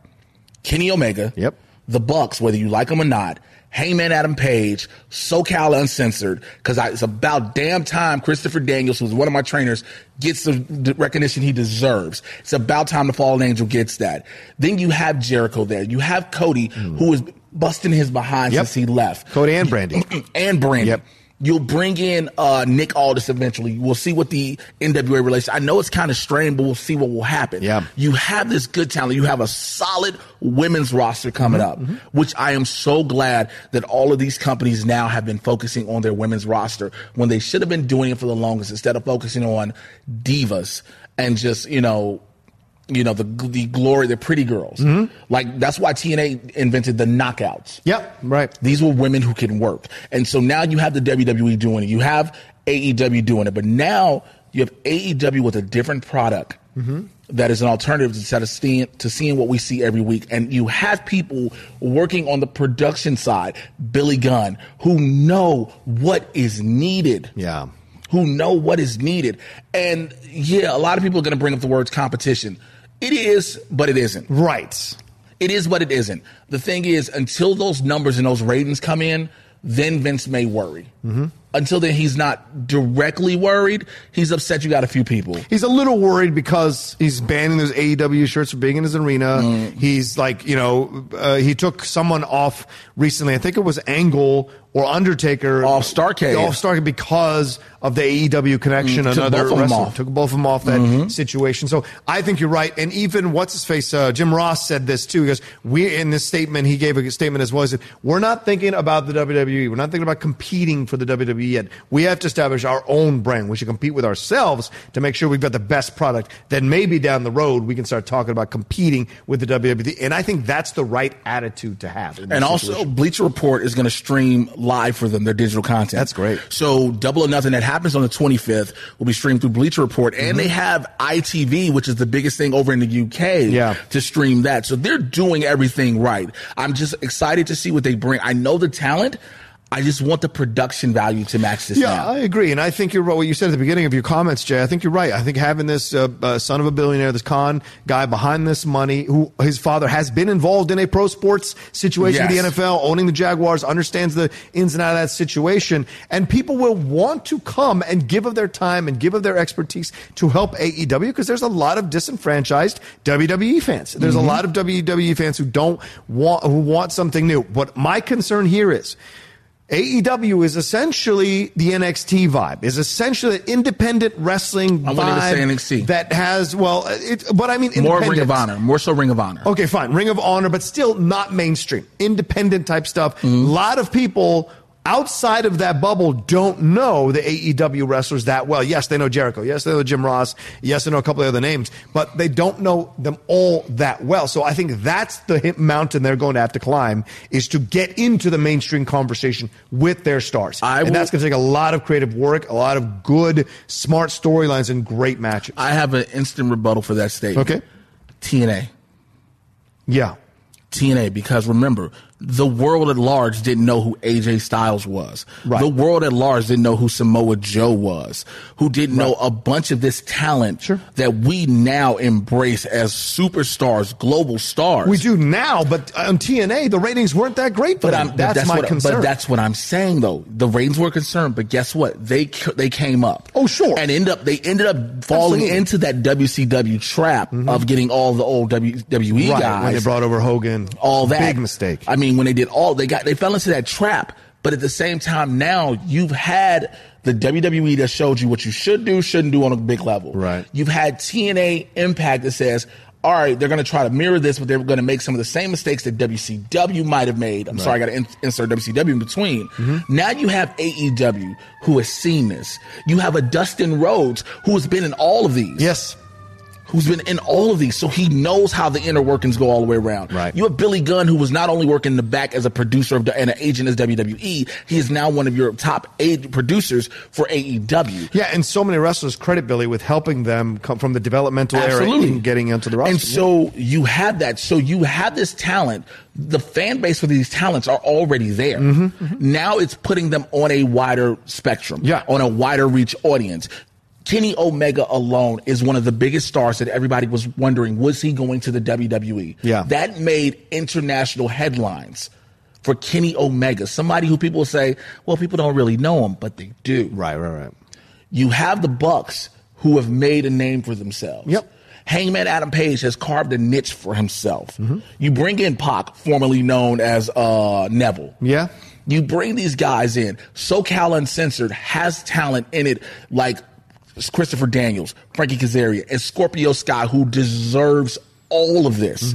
[SPEAKER 5] Kenny Omega. Yep. The Bucks, whether you like them or not. Heyman Adam Page, SoCal Uncensored, because it's about damn time Christopher Daniels, who's one of my trainers, gets the the recognition he deserves. It's about time the Fallen Angel gets that. Then you have Jericho there. You have Cody, who is busting his behind since he left.
[SPEAKER 4] Mm. Cody
[SPEAKER 5] *clears throat*
[SPEAKER 4] and Brandy.
[SPEAKER 5] and Brandy. You'll bring in uh, Nick Aldis eventually. We'll see what the NWA relation. I know it's kind of strained, but we'll see what will happen. Yeah. You have this good talent. You have a solid women's roster coming up, which I am so glad that all of these companies now have been focusing on their women's roster when they should have been doing it for the longest instead of focusing on divas and just, you know, you know the the glory, the pretty girls.
[SPEAKER 4] Mhm.
[SPEAKER 5] Like that's why TNA invented the knockouts.
[SPEAKER 4] Yep, right.
[SPEAKER 5] These were women who can work, and so now you have the WWE doing it. You have AEW doing it, but now you have AEW with a different product
[SPEAKER 6] Mm-hmm.
[SPEAKER 5] that is an alternative to, sort of seeing, to seeing what we see every week. And you have people working on the production side, Billy Gunn, who know what is needed.
[SPEAKER 4] Yeah.
[SPEAKER 5] Who know what is needed. And yeah, a lot of people are going to bring up the words competition. It is, but it isn't.
[SPEAKER 4] Right.
[SPEAKER 5] It is, but it isn't. The thing is, until those numbers and those ratings come in, then Vince may worry.
[SPEAKER 4] Mhm.
[SPEAKER 5] Until then, he's not directly worried. He's upset you got a few people.
[SPEAKER 4] He's a little worried because he's banning those AEW shirts from being in his arena.
[SPEAKER 5] Mm.
[SPEAKER 4] He's like, you know, uh, he took someone off recently. I think it was Angle or Undertaker off
[SPEAKER 5] Starcade,
[SPEAKER 4] off Starcade because of the AEW connection.
[SPEAKER 5] Mm, took
[SPEAKER 4] another
[SPEAKER 5] both of 'em
[SPEAKER 4] wrestler
[SPEAKER 5] off.
[SPEAKER 4] took both of them off that
[SPEAKER 5] Mhm.
[SPEAKER 4] situation. So I think you're right. And even what's his face, uh, Jim Ross said this too. He goes, we in this statement he gave a statement as well. He said, we're not thinking about the WWE. We're not thinking about competing for the WWE yet. We have to establish our own brand. We should compete with ourselves to make sure we've got the best product. Then maybe down the road we can start talking about competing with the WWE. And I think that's the right attitude to have. in this
[SPEAKER 5] and also
[SPEAKER 4] situation.
[SPEAKER 5] Bleacher Report is going to stream live for them their digital content. That's great. So Double or Nothing that happens on the 25th will be streamed through Bleacher Report, and
[SPEAKER 4] Mm-hmm.
[SPEAKER 5] they have ITV, which is the biggest thing over in the UK, yeah. to stream that. So they're doing everything right. I'm just excited to see what they bring. I know the talent. I just want the production value to match this.
[SPEAKER 4] yeah, I agree, and I think you're right. What you said at the beginning of your comments, Jay, I think you're right. I think having this uh, uh, son of a billionaire, this con guy behind this money, who his father has been involved in a pro sports situation,
[SPEAKER 5] Yes.
[SPEAKER 4] with the NFL, owning the Jaguars, understands the ins and out of that situation, and people will want to come and give of their time and give of their expertise to help AEW because there's a lot of disenfranchised WWE fans. There's a
[SPEAKER 5] Mhm.
[SPEAKER 4] lot of WWE fans who don't want who want something new. But my concern here is. AEW is essentially the NXT vibe. Is essentially an independent wrestling
[SPEAKER 5] I
[SPEAKER 4] vibe
[SPEAKER 5] wouldn't even say NXT.
[SPEAKER 4] that has well, it, but I mean
[SPEAKER 5] More Ring of
[SPEAKER 4] independent.
[SPEAKER 5] Honor, more so Ring of Honor.
[SPEAKER 4] Okay, fine. Ring of Honor, but still not mainstream. Independent type stuff. A lot of people outside of that bubble don't know the AEW wrestlers that well. Yes, they know Jericho. Yes, they know Jim Ross. Yes, they know a couple of other names, but they don't know them all that well. So I think that's the hit mountain they're going to have to climb is to get into the mainstream conversation with their stars. and that's going to take a lot of creative work, a lot of good, smart storylines and great matches.
[SPEAKER 5] I have an instant rebuttal for that statement.
[SPEAKER 4] Okay.
[SPEAKER 5] TNA.
[SPEAKER 4] Yeah.
[SPEAKER 5] TNA, because remember, the world at large didn't know who AJ Styles was.
[SPEAKER 4] Right.
[SPEAKER 5] The world at large didn't know who Samoa Joe was, who didn't know a bunch of this talent that we now embrace as superstars, global stars.
[SPEAKER 4] We do now, but on TNA, the ratings weren't that great for
[SPEAKER 5] But,
[SPEAKER 4] them.
[SPEAKER 5] I'm, but
[SPEAKER 4] that's, my
[SPEAKER 5] what,
[SPEAKER 4] concern.
[SPEAKER 5] But that's what I'm saying, though. The ratings were concerned, but guess what? They c- they came up. Oh, sure. And end up they ended up falling
[SPEAKER 4] Absolutely. Mm-hmm.
[SPEAKER 5] into that WCW trap of getting all the old WWE
[SPEAKER 4] Right,
[SPEAKER 5] guys
[SPEAKER 4] when they brought over Hogan.
[SPEAKER 5] all that
[SPEAKER 4] Big mistake.
[SPEAKER 5] I mean, when they did all they got, they fell into that trap. But at the same time, now you've had the WWE that showed you what you should do, shouldn't do on a big level. Right. You've had TNA Impact that says, all right, they're going to try to mirror this, but they're going to make some of the same mistakes that WCW might have made. I'm
[SPEAKER 6] Right.
[SPEAKER 5] sorry, I got to in- insert WCW in between.
[SPEAKER 4] Mm-hmm.
[SPEAKER 5] Now you have AEW who has seen this. You have a Dustin Rhodes who has been in all of these.
[SPEAKER 4] Yes.
[SPEAKER 5] Who's been in all of these, so he knows how the inner workings go all the way around. Right. You have Billy Gunn, who was not only working in the back as a producer of, and an agent as WWE, he is now one of your top eight producers for E AEW.
[SPEAKER 4] yeah, and so many wrestlers credit Billy with helping them come from the developmental
[SPEAKER 5] Absolutely.
[SPEAKER 4] era and getting into the roster.
[SPEAKER 5] And so you have that. So you have this talent. The fan base for these talents are already there. Now it's putting them on a wider spectrum, yeah. on a wider reach audience. Kenny Omega alone is one of the biggest stars that everybody was wondering was he going to the WWE?
[SPEAKER 4] Yeah.
[SPEAKER 5] That made international headlines for Kenny Omega, somebody who people say, well, people don't really know him, but they do.
[SPEAKER 4] Right, right, right.
[SPEAKER 5] You have the Bucks who have made a name for themselves. Yep. Hangman Adam Page has carved a niche for himself. Mm-hmm. You bring in Pac, formerly known as uh, Neville.
[SPEAKER 4] Yeah.
[SPEAKER 5] You bring these guys in. SoCal Uncensored has talent in it, like Christopher Daniels, Frankie Kazarian, and Scorpio Sky, who deserves all of this.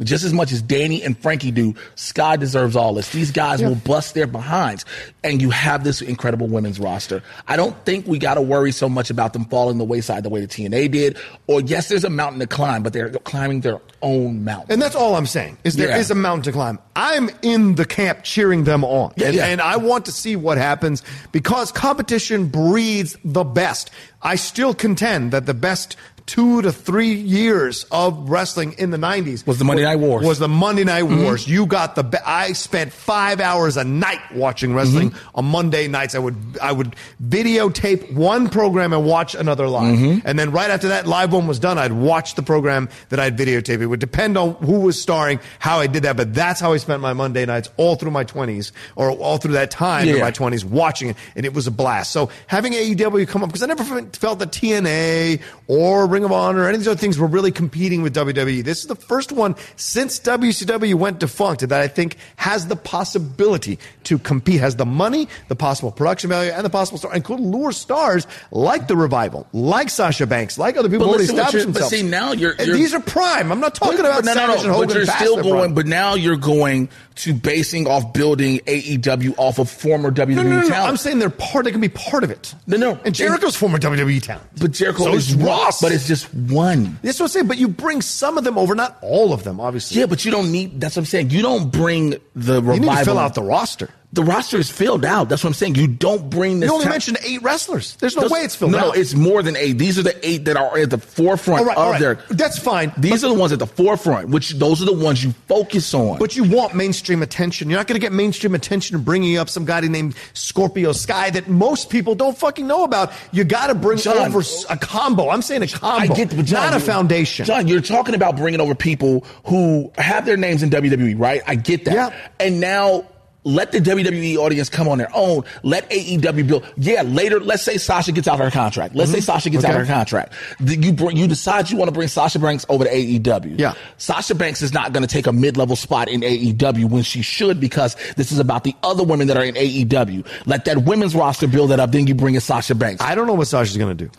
[SPEAKER 5] Just as much as Danny and Frankie do, Sky deserves all this. These guys
[SPEAKER 6] Yeah.
[SPEAKER 5] will bust their behinds. And you have this incredible women's roster. I don't think we got to worry so much about them falling the wayside the way the TNA did. Or, yes, there's a mountain to climb, but they're climbing their own mountain.
[SPEAKER 4] And that's all I'm saying is there is
[SPEAKER 5] Yeah.
[SPEAKER 4] a mountain to climb. I'm in the camp cheering them on,
[SPEAKER 5] Yeah,
[SPEAKER 4] and,
[SPEAKER 5] yeah.
[SPEAKER 4] and I want to see what happens because competition breeds the best. I still contend that the best two to three years of wrestling in the '90s was
[SPEAKER 5] the Monday Night Wars.
[SPEAKER 4] Was the Monday Night
[SPEAKER 5] Mm-hmm.
[SPEAKER 4] Wars? You got the. Be- I spent five hours a night watching wrestling
[SPEAKER 5] Mm-hmm.
[SPEAKER 4] on Monday nights. I would I would videotape one program and watch another live,
[SPEAKER 5] Mm-hmm.
[SPEAKER 4] and then right after that live one was done, I'd watch the program that I'd videotape. It would depend on who was starring, how I did that, but that's how I spent my Monday nights all through my twenties or all through that time in
[SPEAKER 5] Yeah.
[SPEAKER 4] my twenties watching it, and it was a blast. So having AEW come up because I never fe- felt that TNA or Ring of Honor or any of these other things were really competing with WWE. This is the first one since WCW went defunct that I think has the possibility to compete, has the money, the possible production value, and the possible star, and could lure stars like the Revival, like Sasha Banks, like other people who
[SPEAKER 5] But
[SPEAKER 4] already
[SPEAKER 5] listen what
[SPEAKER 4] established
[SPEAKER 5] you're- but see,
[SPEAKER 4] themselves.
[SPEAKER 5] now you're-
[SPEAKER 4] And
[SPEAKER 5] you're-
[SPEAKER 4] these are prime. I'm not talking about Savage and Hogan
[SPEAKER 5] But you're
[SPEAKER 4] past
[SPEAKER 5] still
[SPEAKER 4] their
[SPEAKER 5] going.
[SPEAKER 4] prime.
[SPEAKER 5] But now you're going to basing off building AEW off of former WWE
[SPEAKER 4] No, no, no, no.
[SPEAKER 5] talent.
[SPEAKER 4] I'm saying they're part. They can be part of it.
[SPEAKER 5] No, no.
[SPEAKER 4] And Jericho's former WWE talent.
[SPEAKER 5] But Jericho
[SPEAKER 4] So
[SPEAKER 5] is
[SPEAKER 4] is Ross.
[SPEAKER 5] but it's just one.
[SPEAKER 4] That's what I'm saying. But you bring some of them over, not all of them, obviously.
[SPEAKER 5] Yeah, but you don't need. That's what I'm saying. You don't bring the revival.
[SPEAKER 4] need to fill out the roster.
[SPEAKER 5] The roster is filled out. That's what I'm saying. You don't bring this.
[SPEAKER 4] You only
[SPEAKER 5] ta-
[SPEAKER 4] mentioned eight wrestlers. There's no
[SPEAKER 5] Those-
[SPEAKER 4] way it's filled
[SPEAKER 5] no,
[SPEAKER 4] out.
[SPEAKER 5] No, it's more than eight. These are the eight that are at the forefront
[SPEAKER 4] All right,
[SPEAKER 5] of
[SPEAKER 4] all right.
[SPEAKER 5] their.
[SPEAKER 4] That's fine.
[SPEAKER 5] These are the ones at the forefront, which those are the ones you focus on.
[SPEAKER 4] But you want mainstream attention. You're not going to get mainstream attention bringing up some guy named Scorpio Sky that most people don't fucking know about. You got to bring
[SPEAKER 5] John,
[SPEAKER 4] over s- a combo. I'm saying a combo.
[SPEAKER 5] I get, but John,
[SPEAKER 4] not a
[SPEAKER 5] you-
[SPEAKER 4] foundation.
[SPEAKER 5] John, you're talking about bringing over people who have their names in WWE, right? I get that.
[SPEAKER 4] Yeah.
[SPEAKER 5] And now let the WWE audience come on their own. Let AEW build. Yeah, later. Let's say Sasha gets out of her contract. Let's say
[SPEAKER 4] Mhm.
[SPEAKER 5] Sasha gets out
[SPEAKER 4] Okay.
[SPEAKER 5] of her contract. Th- You bring, you decide you want to bring Sasha Banks over to AEW.
[SPEAKER 4] Yeah.
[SPEAKER 5] Sasha Banks is not going to take a mid level spot in AEW when she should because this is about the other women that are in AEW. Let that women's roster build that up. Then you bring in Sasha Banks
[SPEAKER 4] I don't know what Sasha's going to do.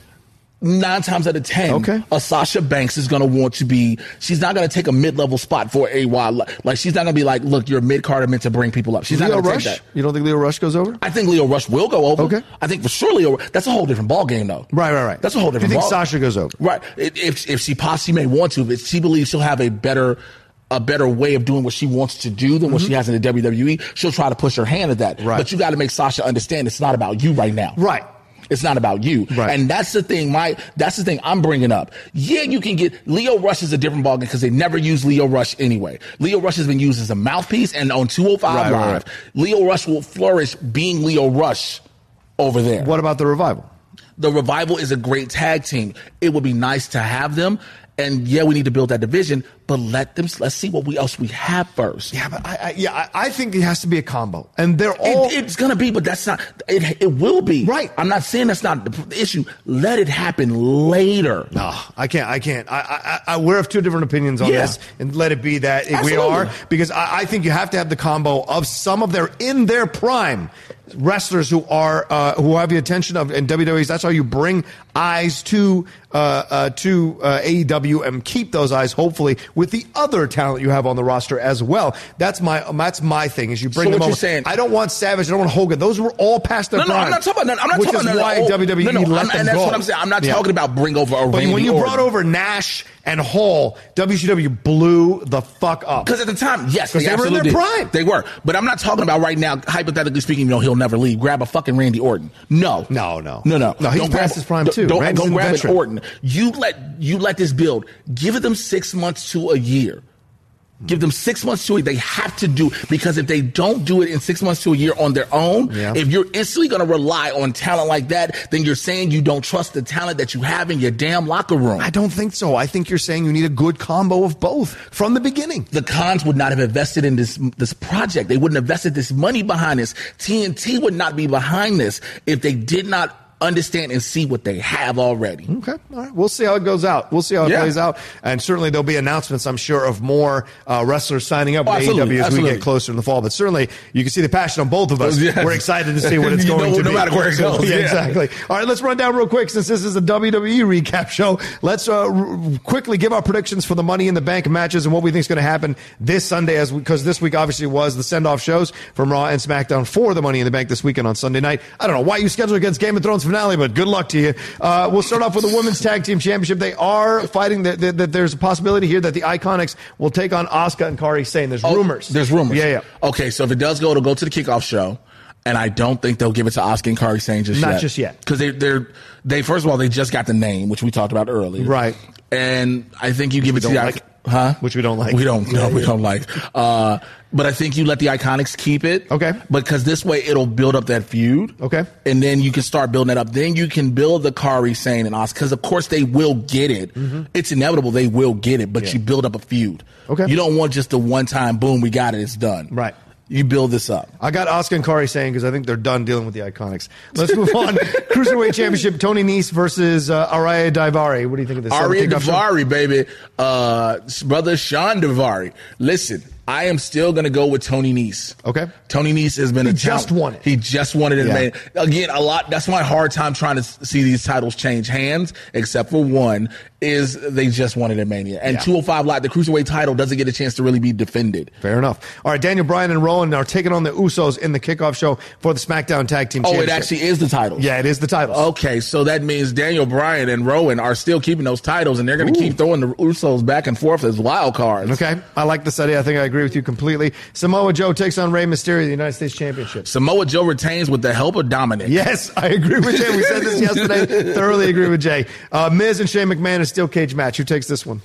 [SPEAKER 5] nine times out of ten, a Sasha Banks is going to want to be. She's not going to take a mid-level spot for a while. Like she's not going to be like, look, you're mid-card and meant to bring people up. She's
[SPEAKER 4] Leo
[SPEAKER 5] not going
[SPEAKER 4] Rush?
[SPEAKER 5] to take that.
[SPEAKER 4] You don't think Leo Rush goes over?
[SPEAKER 5] I think Leo Rush will go over. Okay. I think for sure Leo. That's a whole different ball game though.
[SPEAKER 4] Right, right, right.
[SPEAKER 5] That's a whole
[SPEAKER 4] Do you
[SPEAKER 5] different.
[SPEAKER 4] think
[SPEAKER 5] ball-
[SPEAKER 4] Sasha goes over?
[SPEAKER 5] Right. If- If if she possibly may want to, but she believes she'll have a better a better way of doing what she wants to do than
[SPEAKER 4] Mm-hmm.
[SPEAKER 5] what she has in the WWE, she'll try to push her hand at that. Right. But you got to make Sasha understand it's not about you right now.
[SPEAKER 4] Right.
[SPEAKER 5] It's not about you. Right. And that's the thing. My that's the thing I'm bringing up. Yeah, you can get Leo Rush is a different ballgame because they never use Leo Rush anyway. Leo Rush has been used as a mouthpiece and on 205
[SPEAKER 4] Right, right,
[SPEAKER 5] Live,
[SPEAKER 4] right.
[SPEAKER 5] Leo Rush will flourish being Leo Rush over there.
[SPEAKER 4] What about the revival?
[SPEAKER 5] The Revival is a great tag team. It would be nice to have them. And yeah, we need to build that division, but let them let's see what we else we have first.
[SPEAKER 4] Yeah, but I, I yeah, I, I think it has to be a combo, and they're all.
[SPEAKER 5] It, it's gonna be, but that's not. It, it will be. Right. I'm not saying that's not the the issue. Let it happen later.
[SPEAKER 4] No, I can't. I can't. I, I, I we're of two different opinions on
[SPEAKER 5] Yeah.
[SPEAKER 4] this, and let it be that
[SPEAKER 5] Absolutely.
[SPEAKER 4] we are because I, I think you have to have the combo of some of their in their prime wrestlers who are uh, who have the attention of and WWE's. E. That's how you bring eyes to uh, uh, to uh, AEW and keep those eyes hopefully with the other talent you have on the roster as well. That's my um, that's my thing is you bring
[SPEAKER 5] So
[SPEAKER 4] them
[SPEAKER 5] what you're
[SPEAKER 4] over.
[SPEAKER 5] saying-
[SPEAKER 4] I don't want Savage. I don't want Hogan. Those were all past their
[SPEAKER 5] No, no,
[SPEAKER 4] prime.
[SPEAKER 5] I'm not talking about. No, I'm not
[SPEAKER 4] which
[SPEAKER 5] talking
[SPEAKER 4] is
[SPEAKER 5] about no,
[SPEAKER 4] why
[SPEAKER 5] no, oh,
[SPEAKER 4] WWE
[SPEAKER 5] no, no,
[SPEAKER 4] let
[SPEAKER 5] I'm-
[SPEAKER 4] them
[SPEAKER 5] and that's
[SPEAKER 4] go.
[SPEAKER 5] what I'm saying. I'm not
[SPEAKER 4] Yeah.
[SPEAKER 5] talking about bring over a
[SPEAKER 4] But
[SPEAKER 5] Randy
[SPEAKER 4] when you
[SPEAKER 5] Orton.
[SPEAKER 4] brought over Nash and Hall, WCW blew the fuck up.
[SPEAKER 5] Because at the time, yes, they,
[SPEAKER 4] because they, were in
[SPEAKER 5] absolutely
[SPEAKER 4] their
[SPEAKER 5] did.
[SPEAKER 4] prime.
[SPEAKER 5] They were, but I'm not talking about right now. Hypothetically speaking, you know, he'll never leave. Grab a fucking Randy Orton. No, no, no, no, no.
[SPEAKER 4] No, he's
[SPEAKER 5] Don't
[SPEAKER 4] past his prime,
[SPEAKER 5] don't-
[SPEAKER 4] too.
[SPEAKER 5] Don't,
[SPEAKER 4] Randy's
[SPEAKER 5] don't
[SPEAKER 4] a
[SPEAKER 5] grab an
[SPEAKER 4] veteran.
[SPEAKER 5] Orton. You let you let this build. Give them six months to a year. Give them six months to it. They have to do because if they don't do it in six months to a year on their own,
[SPEAKER 4] Yeah.
[SPEAKER 5] if you're instantly going to rely on talent like that, then you're saying you don't trust the talent that you have in your damn locker room.
[SPEAKER 4] I don't think so. I think you're saying you need a good combo of both from the beginning.
[SPEAKER 5] the cons would not have invested in this this project. They wouldn't have invested this money behind this. TNT would not be behind this if they did not understand and see what they have already.
[SPEAKER 4] Okay. All right. We'll see how it goes out. We'll see how it
[SPEAKER 5] Yeah.
[SPEAKER 4] plays out. And certainly there'll be announcements, I'm sure, of more uh, wrestlers signing up
[SPEAKER 5] Oh,
[SPEAKER 4] with
[SPEAKER 5] absolutely,
[SPEAKER 4] AEW as we
[SPEAKER 5] absolutely.
[SPEAKER 4] get closer in the fall. But certainly you can see the passion on both
[SPEAKER 5] *laughs*
[SPEAKER 4] of us.
[SPEAKER 5] Yes.
[SPEAKER 4] We're excited to see what
[SPEAKER 5] *laughs*
[SPEAKER 4] it's
[SPEAKER 5] You
[SPEAKER 4] going
[SPEAKER 5] know,
[SPEAKER 4] to
[SPEAKER 5] no
[SPEAKER 4] be.
[SPEAKER 5] matter where it
[SPEAKER 4] So,
[SPEAKER 5] goes,
[SPEAKER 4] *laughs* yeah,
[SPEAKER 5] yeah.
[SPEAKER 4] exactly. All right. Let's run down real quick since this is a WWE recap show. Let's uh, r- quickly give our predictions for the Money in the Bank matches and what we think is going to happen this Sunday, as because this week obviously was the send off shows from Raw and SmackDown for the Money in the Bank this weekend on Sunday night. I don't know why you scheduled against Game of Thrones finale, but good luck to you. Uh, we'll start off with the Women's Tag Team Championship. They are fighting that that- that there's a possibility here that the Iconics will take on Asuka and Kari Sane. There's rumors.
[SPEAKER 5] Oh, There's rumors.
[SPEAKER 4] Yeah, yeah.
[SPEAKER 5] Okay, so if it does go, it'll go to the kickoff show. And I don't think they'll give it to Oscar and Kari Sane just
[SPEAKER 4] Not
[SPEAKER 5] yet.
[SPEAKER 4] just yet.
[SPEAKER 5] Because they, they're, they, first of all, they just got the name, which we talked about earlier.
[SPEAKER 4] Right.
[SPEAKER 5] And I think you give it to
[SPEAKER 4] don't
[SPEAKER 5] the,
[SPEAKER 4] like.
[SPEAKER 5] huh?
[SPEAKER 4] Which we don't like.
[SPEAKER 5] We don't, no,
[SPEAKER 4] Yeah,
[SPEAKER 5] we
[SPEAKER 4] yeah.
[SPEAKER 5] don't like. Uh, but I think you let the Iconics keep it. Okay. Because this way it'll build up that feud. Okay. And then you can start building that up. Then you can build the Kari Sane and Oscar. Because of course they will get it. It's inevitable they will get it, but
[SPEAKER 4] Yeah.
[SPEAKER 5] you build up a feud. Okay. You don't want just the one time, boom, we got it, it's done. Right. You build this up.
[SPEAKER 4] I got Oscar and Kari saying because I think they're done dealing with the Iconics. Let's move
[SPEAKER 5] *laughs*
[SPEAKER 4] on. Cruiserweight Championship: Tony Nese versus uh, Araya Daivari. What do you think of this?
[SPEAKER 5] Aria
[SPEAKER 4] Kickoff show?
[SPEAKER 5] Davari, baby. Uh, brother Sean Davari. Listen, I am still going to go with Tony Nese. Okay. Tony Nese has been
[SPEAKER 4] He
[SPEAKER 5] a
[SPEAKER 4] just
[SPEAKER 5] talent.
[SPEAKER 4] won it.
[SPEAKER 5] He just won it. And
[SPEAKER 4] Yeah.
[SPEAKER 5] made it. Again, a lot. That's my hard time trying to s- see these titles change hands, except for one, is they just won it in Mania. And
[SPEAKER 4] Yeah.
[SPEAKER 5] 205 Live, the Cruiserweight title doesn't get a chance to really be defended.
[SPEAKER 4] Fair enough. All right, Daniel Bryan and Rowan are taking on the Usos in the kickoff show for the SmackDown Tag Team.
[SPEAKER 5] Oh, it
[SPEAKER 4] Championship.
[SPEAKER 5] actually Oh. is the title.
[SPEAKER 4] Yeah, it is the title.
[SPEAKER 5] Okay, so that means Daniel Bryan and Rowan are still keeping those titles, and they're going to keep throwing the Usos back and forth as wild cards.
[SPEAKER 4] Okay, I like this idea. I think I agree with you completely. Samoa Joe takes on Rey Mysterio, the United States Championship.
[SPEAKER 5] Samoa Joe retains with the help of Dominic.
[SPEAKER 4] Yes, I agree with Jay. We said
[SPEAKER 5] *laughs*
[SPEAKER 4] this yesterday. Thoroughly agree with Jay. Uh, Miz and Shane McMahon in a steel cage match. Who takes this one?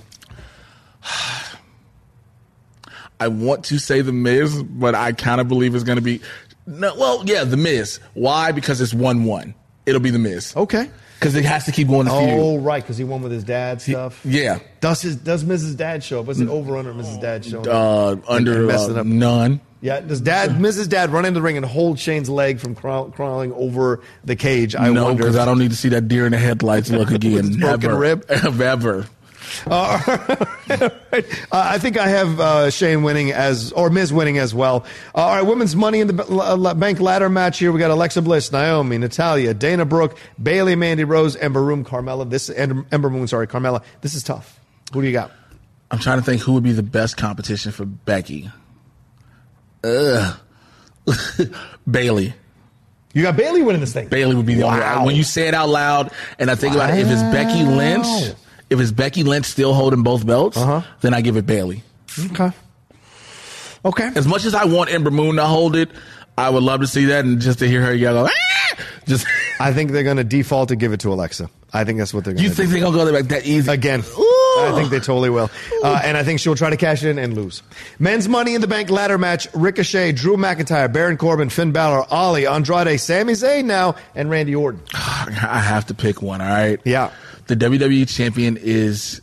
[SPEAKER 5] I want to say the Miz, but I kind of believe it's going to be no. Well, yeah, the Miz. Why? Because it's one one. It'll be the Miz.
[SPEAKER 4] Okay.
[SPEAKER 5] Because it has to keep going. The
[SPEAKER 4] Oh, right, because he won with his dad stuff.
[SPEAKER 5] feud. Yeah. Mm.
[SPEAKER 4] Does his does Mrs. Dad show up? Is it over under Mrs. Dad showing
[SPEAKER 5] Uh,
[SPEAKER 4] up?
[SPEAKER 5] under
[SPEAKER 4] messing
[SPEAKER 5] uh,
[SPEAKER 4] up.
[SPEAKER 5] none.
[SPEAKER 4] Yeah, does Dad
[SPEAKER 5] *laughs*
[SPEAKER 4] Mrs. Dad run into the ring and hold Shane's leg from crawl, crawling over the cage? I
[SPEAKER 5] no,
[SPEAKER 4] wonder.
[SPEAKER 5] because I don't need to see that deer in the headlights
[SPEAKER 4] *laughs*
[SPEAKER 5] look again.
[SPEAKER 4] With broken
[SPEAKER 5] Never.
[SPEAKER 4] rib?
[SPEAKER 5] *laughs* Ever.
[SPEAKER 4] Uh, I think I have uh, Shane winning as or Miz winning as well. Uh, all right, women's Money in the Ba- La- La- Bank ladder match here. We got Alexa Bliss, Naomi, Natalia, Dana Brooke, Bailey, Mandy Rose, Ember Room, Carmella. This Ember Ember Moon, sorry, Carmella. This is tough. Who do you got?
[SPEAKER 5] I'm trying to think who would be the best competition for Becky. Ugh. *laughs* Bailey.
[SPEAKER 4] You got Bailey winning this thing.
[SPEAKER 5] Bailey would be the
[SPEAKER 4] Wow.
[SPEAKER 5] only. When you say it out loud, and I think about it, if it's Becky Lynch, if it's Becky Lynch still holding both belts,
[SPEAKER 4] Uh-huh.
[SPEAKER 5] then I give it Bailey.
[SPEAKER 4] Okay. Okay.
[SPEAKER 5] As much as I want Ember Moon to hold it, I would love to see that and just to hear her yell. "Ah!" Just *laughs*
[SPEAKER 4] I think they're going to default to give it to Alexa. I think that's what they're going to
[SPEAKER 5] you
[SPEAKER 4] do.
[SPEAKER 5] think they're gonna go there like that easy
[SPEAKER 4] again? I think they totally will. Uh, and I think she'll try to cash in and lose. Men's Money in the Bank ladder match Ricochet, Drew McIntyre, Baron Corbin, Finn Balor, Ali, Andrade, Sami Zayn now, and Randy Orton.
[SPEAKER 5] I have to pick one. All right.
[SPEAKER 4] Yeah.
[SPEAKER 5] The WWE champion is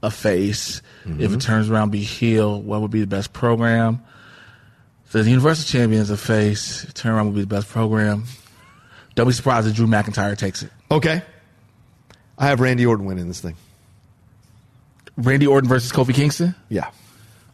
[SPEAKER 5] a face.
[SPEAKER 4] Mm-hmm.
[SPEAKER 5] If it turns around, be heel. What would be the best program? The Universal Champion is a face. Turn around would be the best program. Don't be surprised if Drew McIntyre takes it.
[SPEAKER 4] Okay. I have Randy Orton winning this thing.
[SPEAKER 5] Randy Orton versus Kofi Kingston.
[SPEAKER 4] Yeah.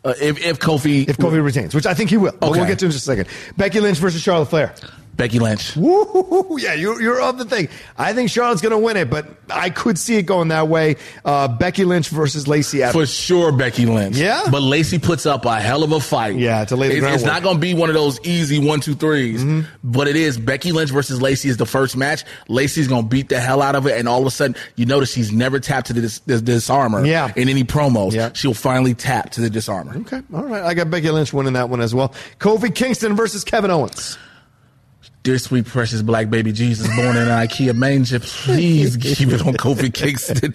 [SPEAKER 5] Uh, if, if Kofi
[SPEAKER 4] If Kofi retains, which I think he will. But we'll
[SPEAKER 5] Okay.
[SPEAKER 4] get to in just a second. Becky Lynch versus Charlotte Flair.
[SPEAKER 5] Becky Lynch.
[SPEAKER 4] Woo! Yeah, you're, you're on the thing. I think Charlotte's going to win it, but I could see it going that way. Uh, Becky Lynch versus Lacey Evans.
[SPEAKER 5] For sure, Becky Lynch.
[SPEAKER 4] Yeah?
[SPEAKER 5] But Lacey puts up a hell of a fight. Yeah,
[SPEAKER 4] to lay the
[SPEAKER 5] It's
[SPEAKER 4] groundwork. Mm-hmm.
[SPEAKER 5] not going to be one of those easy one, two, threes, but it is. Becky Lynch versus Lacey is the first match. Lacey's going to beat the hell out of it, and all of a sudden, you notice she's never tapped to the dis- the disarmer
[SPEAKER 4] Yeah.
[SPEAKER 5] in any promos. She'll finally tap to the disarmer.
[SPEAKER 4] Okay, all right. I got Becky Lynch winning that one as well. Kofi Kingston versus Kevin Owens.
[SPEAKER 5] Dear sweet precious black baby Jesus born in an IKEA manger, please keep it on Kofi Kingston.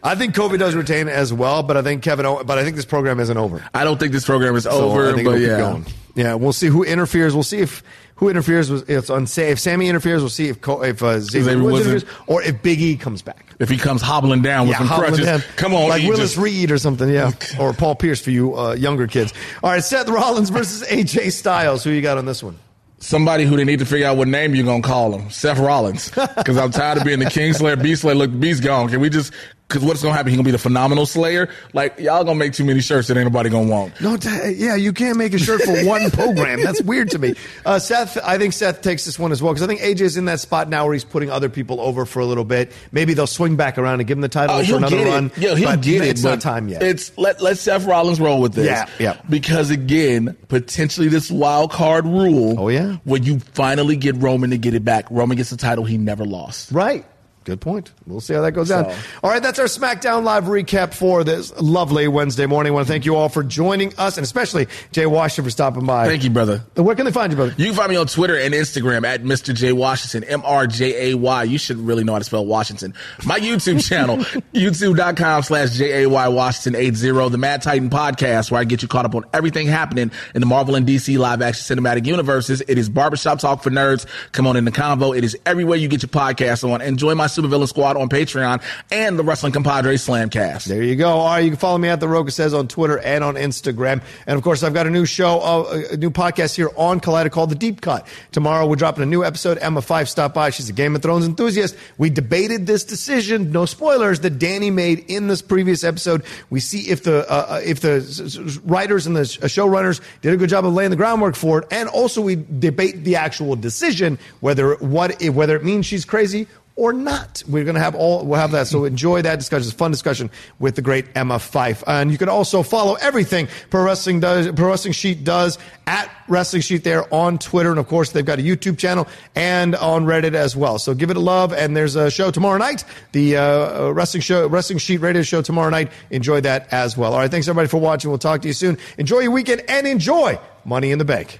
[SPEAKER 5] *laughs*
[SPEAKER 4] I think Kofi does retain as well, but I think Kevin Owens. But I think this program isn't over.
[SPEAKER 5] I don't think this program is
[SPEAKER 4] So,
[SPEAKER 5] over,
[SPEAKER 4] I think
[SPEAKER 5] but
[SPEAKER 4] it'll keep
[SPEAKER 5] yeah.
[SPEAKER 4] going. Yeah, we'll see who interferes. We'll see if who interferes. Was it's unsafe. If Sammy interferes, we'll see if Co- if uh, Xavier
[SPEAKER 5] Xavier
[SPEAKER 4] Woods
[SPEAKER 5] Woods
[SPEAKER 4] interferes, or if Big E comes back.
[SPEAKER 5] If he comes hobbling down with some
[SPEAKER 4] hobbling
[SPEAKER 5] crutches,
[SPEAKER 4] down.
[SPEAKER 5] come on,
[SPEAKER 4] like
[SPEAKER 5] E,
[SPEAKER 4] Willis
[SPEAKER 5] just-
[SPEAKER 4] Reed or something. Yeah,
[SPEAKER 5] *laughs*
[SPEAKER 4] or Paul Pierce for you uh, younger kids. All right, Seth Rollins versus AJ Styles. Who you got on this one?
[SPEAKER 5] somebody who they need to figure out what name you're gonna call him, Seth
[SPEAKER 4] *laughs*
[SPEAKER 5] Rollins, because I'm tired of being the King Slayer, Beast Slayer. Look, the Beast gone. Can we just? Because what's gonna happen? He's gonna be the Phenomenal Slayer. Like y'all gonna make too many shirts that ain't nobody gonna want.
[SPEAKER 4] No, t- yeah, you can't make a shirt for *laughs* one program. That's weird to me. Uh, Seth, I think Seth takes this one as well because I think AJ's in that spot now where he's putting other people over for a little bit. Maybe they'll swing back around and give him the title
[SPEAKER 5] Oh,
[SPEAKER 4] for
[SPEAKER 5] he'll
[SPEAKER 4] another
[SPEAKER 5] get
[SPEAKER 4] run.
[SPEAKER 5] it. Yeah, he'll
[SPEAKER 4] but
[SPEAKER 5] get it.
[SPEAKER 4] It's not
[SPEAKER 5] but
[SPEAKER 4] time yet.
[SPEAKER 5] It's let let Seth Rollins roll with this.
[SPEAKER 4] Yeah, yeah.
[SPEAKER 5] Because again, potentially this wild card rule. Oh yeah. When you finally get Roman to get it back, Roman gets the title he never lost.
[SPEAKER 4] Right. Good point. We'll see how that goes down. All right, that's our SmackDown Live recap for this lovely Wednesday morning. I want to thank you all for joining us, and especially Jay Washington for stopping by.
[SPEAKER 5] Thank you, brother.
[SPEAKER 4] Where can they find you, brother?
[SPEAKER 5] You can find me on Twitter and Instagram at Mr. J Washington, M R J A Y. You should really know how to spell Washington. My YouTube channel, youtube.com slash J A Y Washington 80, the Mad Titan podcast, where I get you caught up on everything happening in the Marvel and DC live action cinematic universes. It is Barbershop Talk for Nerds. Come on in the convo. It is everywhere you get your podcast on. And join my Supervillain Squad on Patreon and the Wrestling Compadre Slamcast.
[SPEAKER 4] There you go. All right, you can follow me at The Roca Says on Twitter and on Instagram. And of course, I've got a new show, uh, a new podcast here on Collider called The Deep Cut. Tomorrow, we're dropping a new episode. Emma Five stopped by. She's a Game of Thrones enthusiast. We debated this decision, no spoilers, that Danny made in this previous episode. We see if the uh, uh, if the s- s- writers and the sh- uh, showrunners did a good job of laying the groundwork for it. And also, we debate the actual decision whether what it, whether it means she's crazy or not. We're going to have all we'll have that. So enjoy that discussion. It's a fun discussion with the great Emma Fife. And you can also follow everything Pro Wrestling does Pro Wrestling Sheet does at Wrestling Sheet there on Twitter and of course they've got a YouTube channel and on Reddit as well. So give it a love and there's a show tomorrow night, the uh, uh, Wrestling show Wrestling Sheet radio show tomorrow night. Enjoy that as well. All right, thanks everybody for watching. We'll talk to you soon. Enjoy your weekend and enjoy Money in the Bank.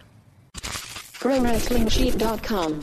[SPEAKER 6] ProWrestlingSheet.com.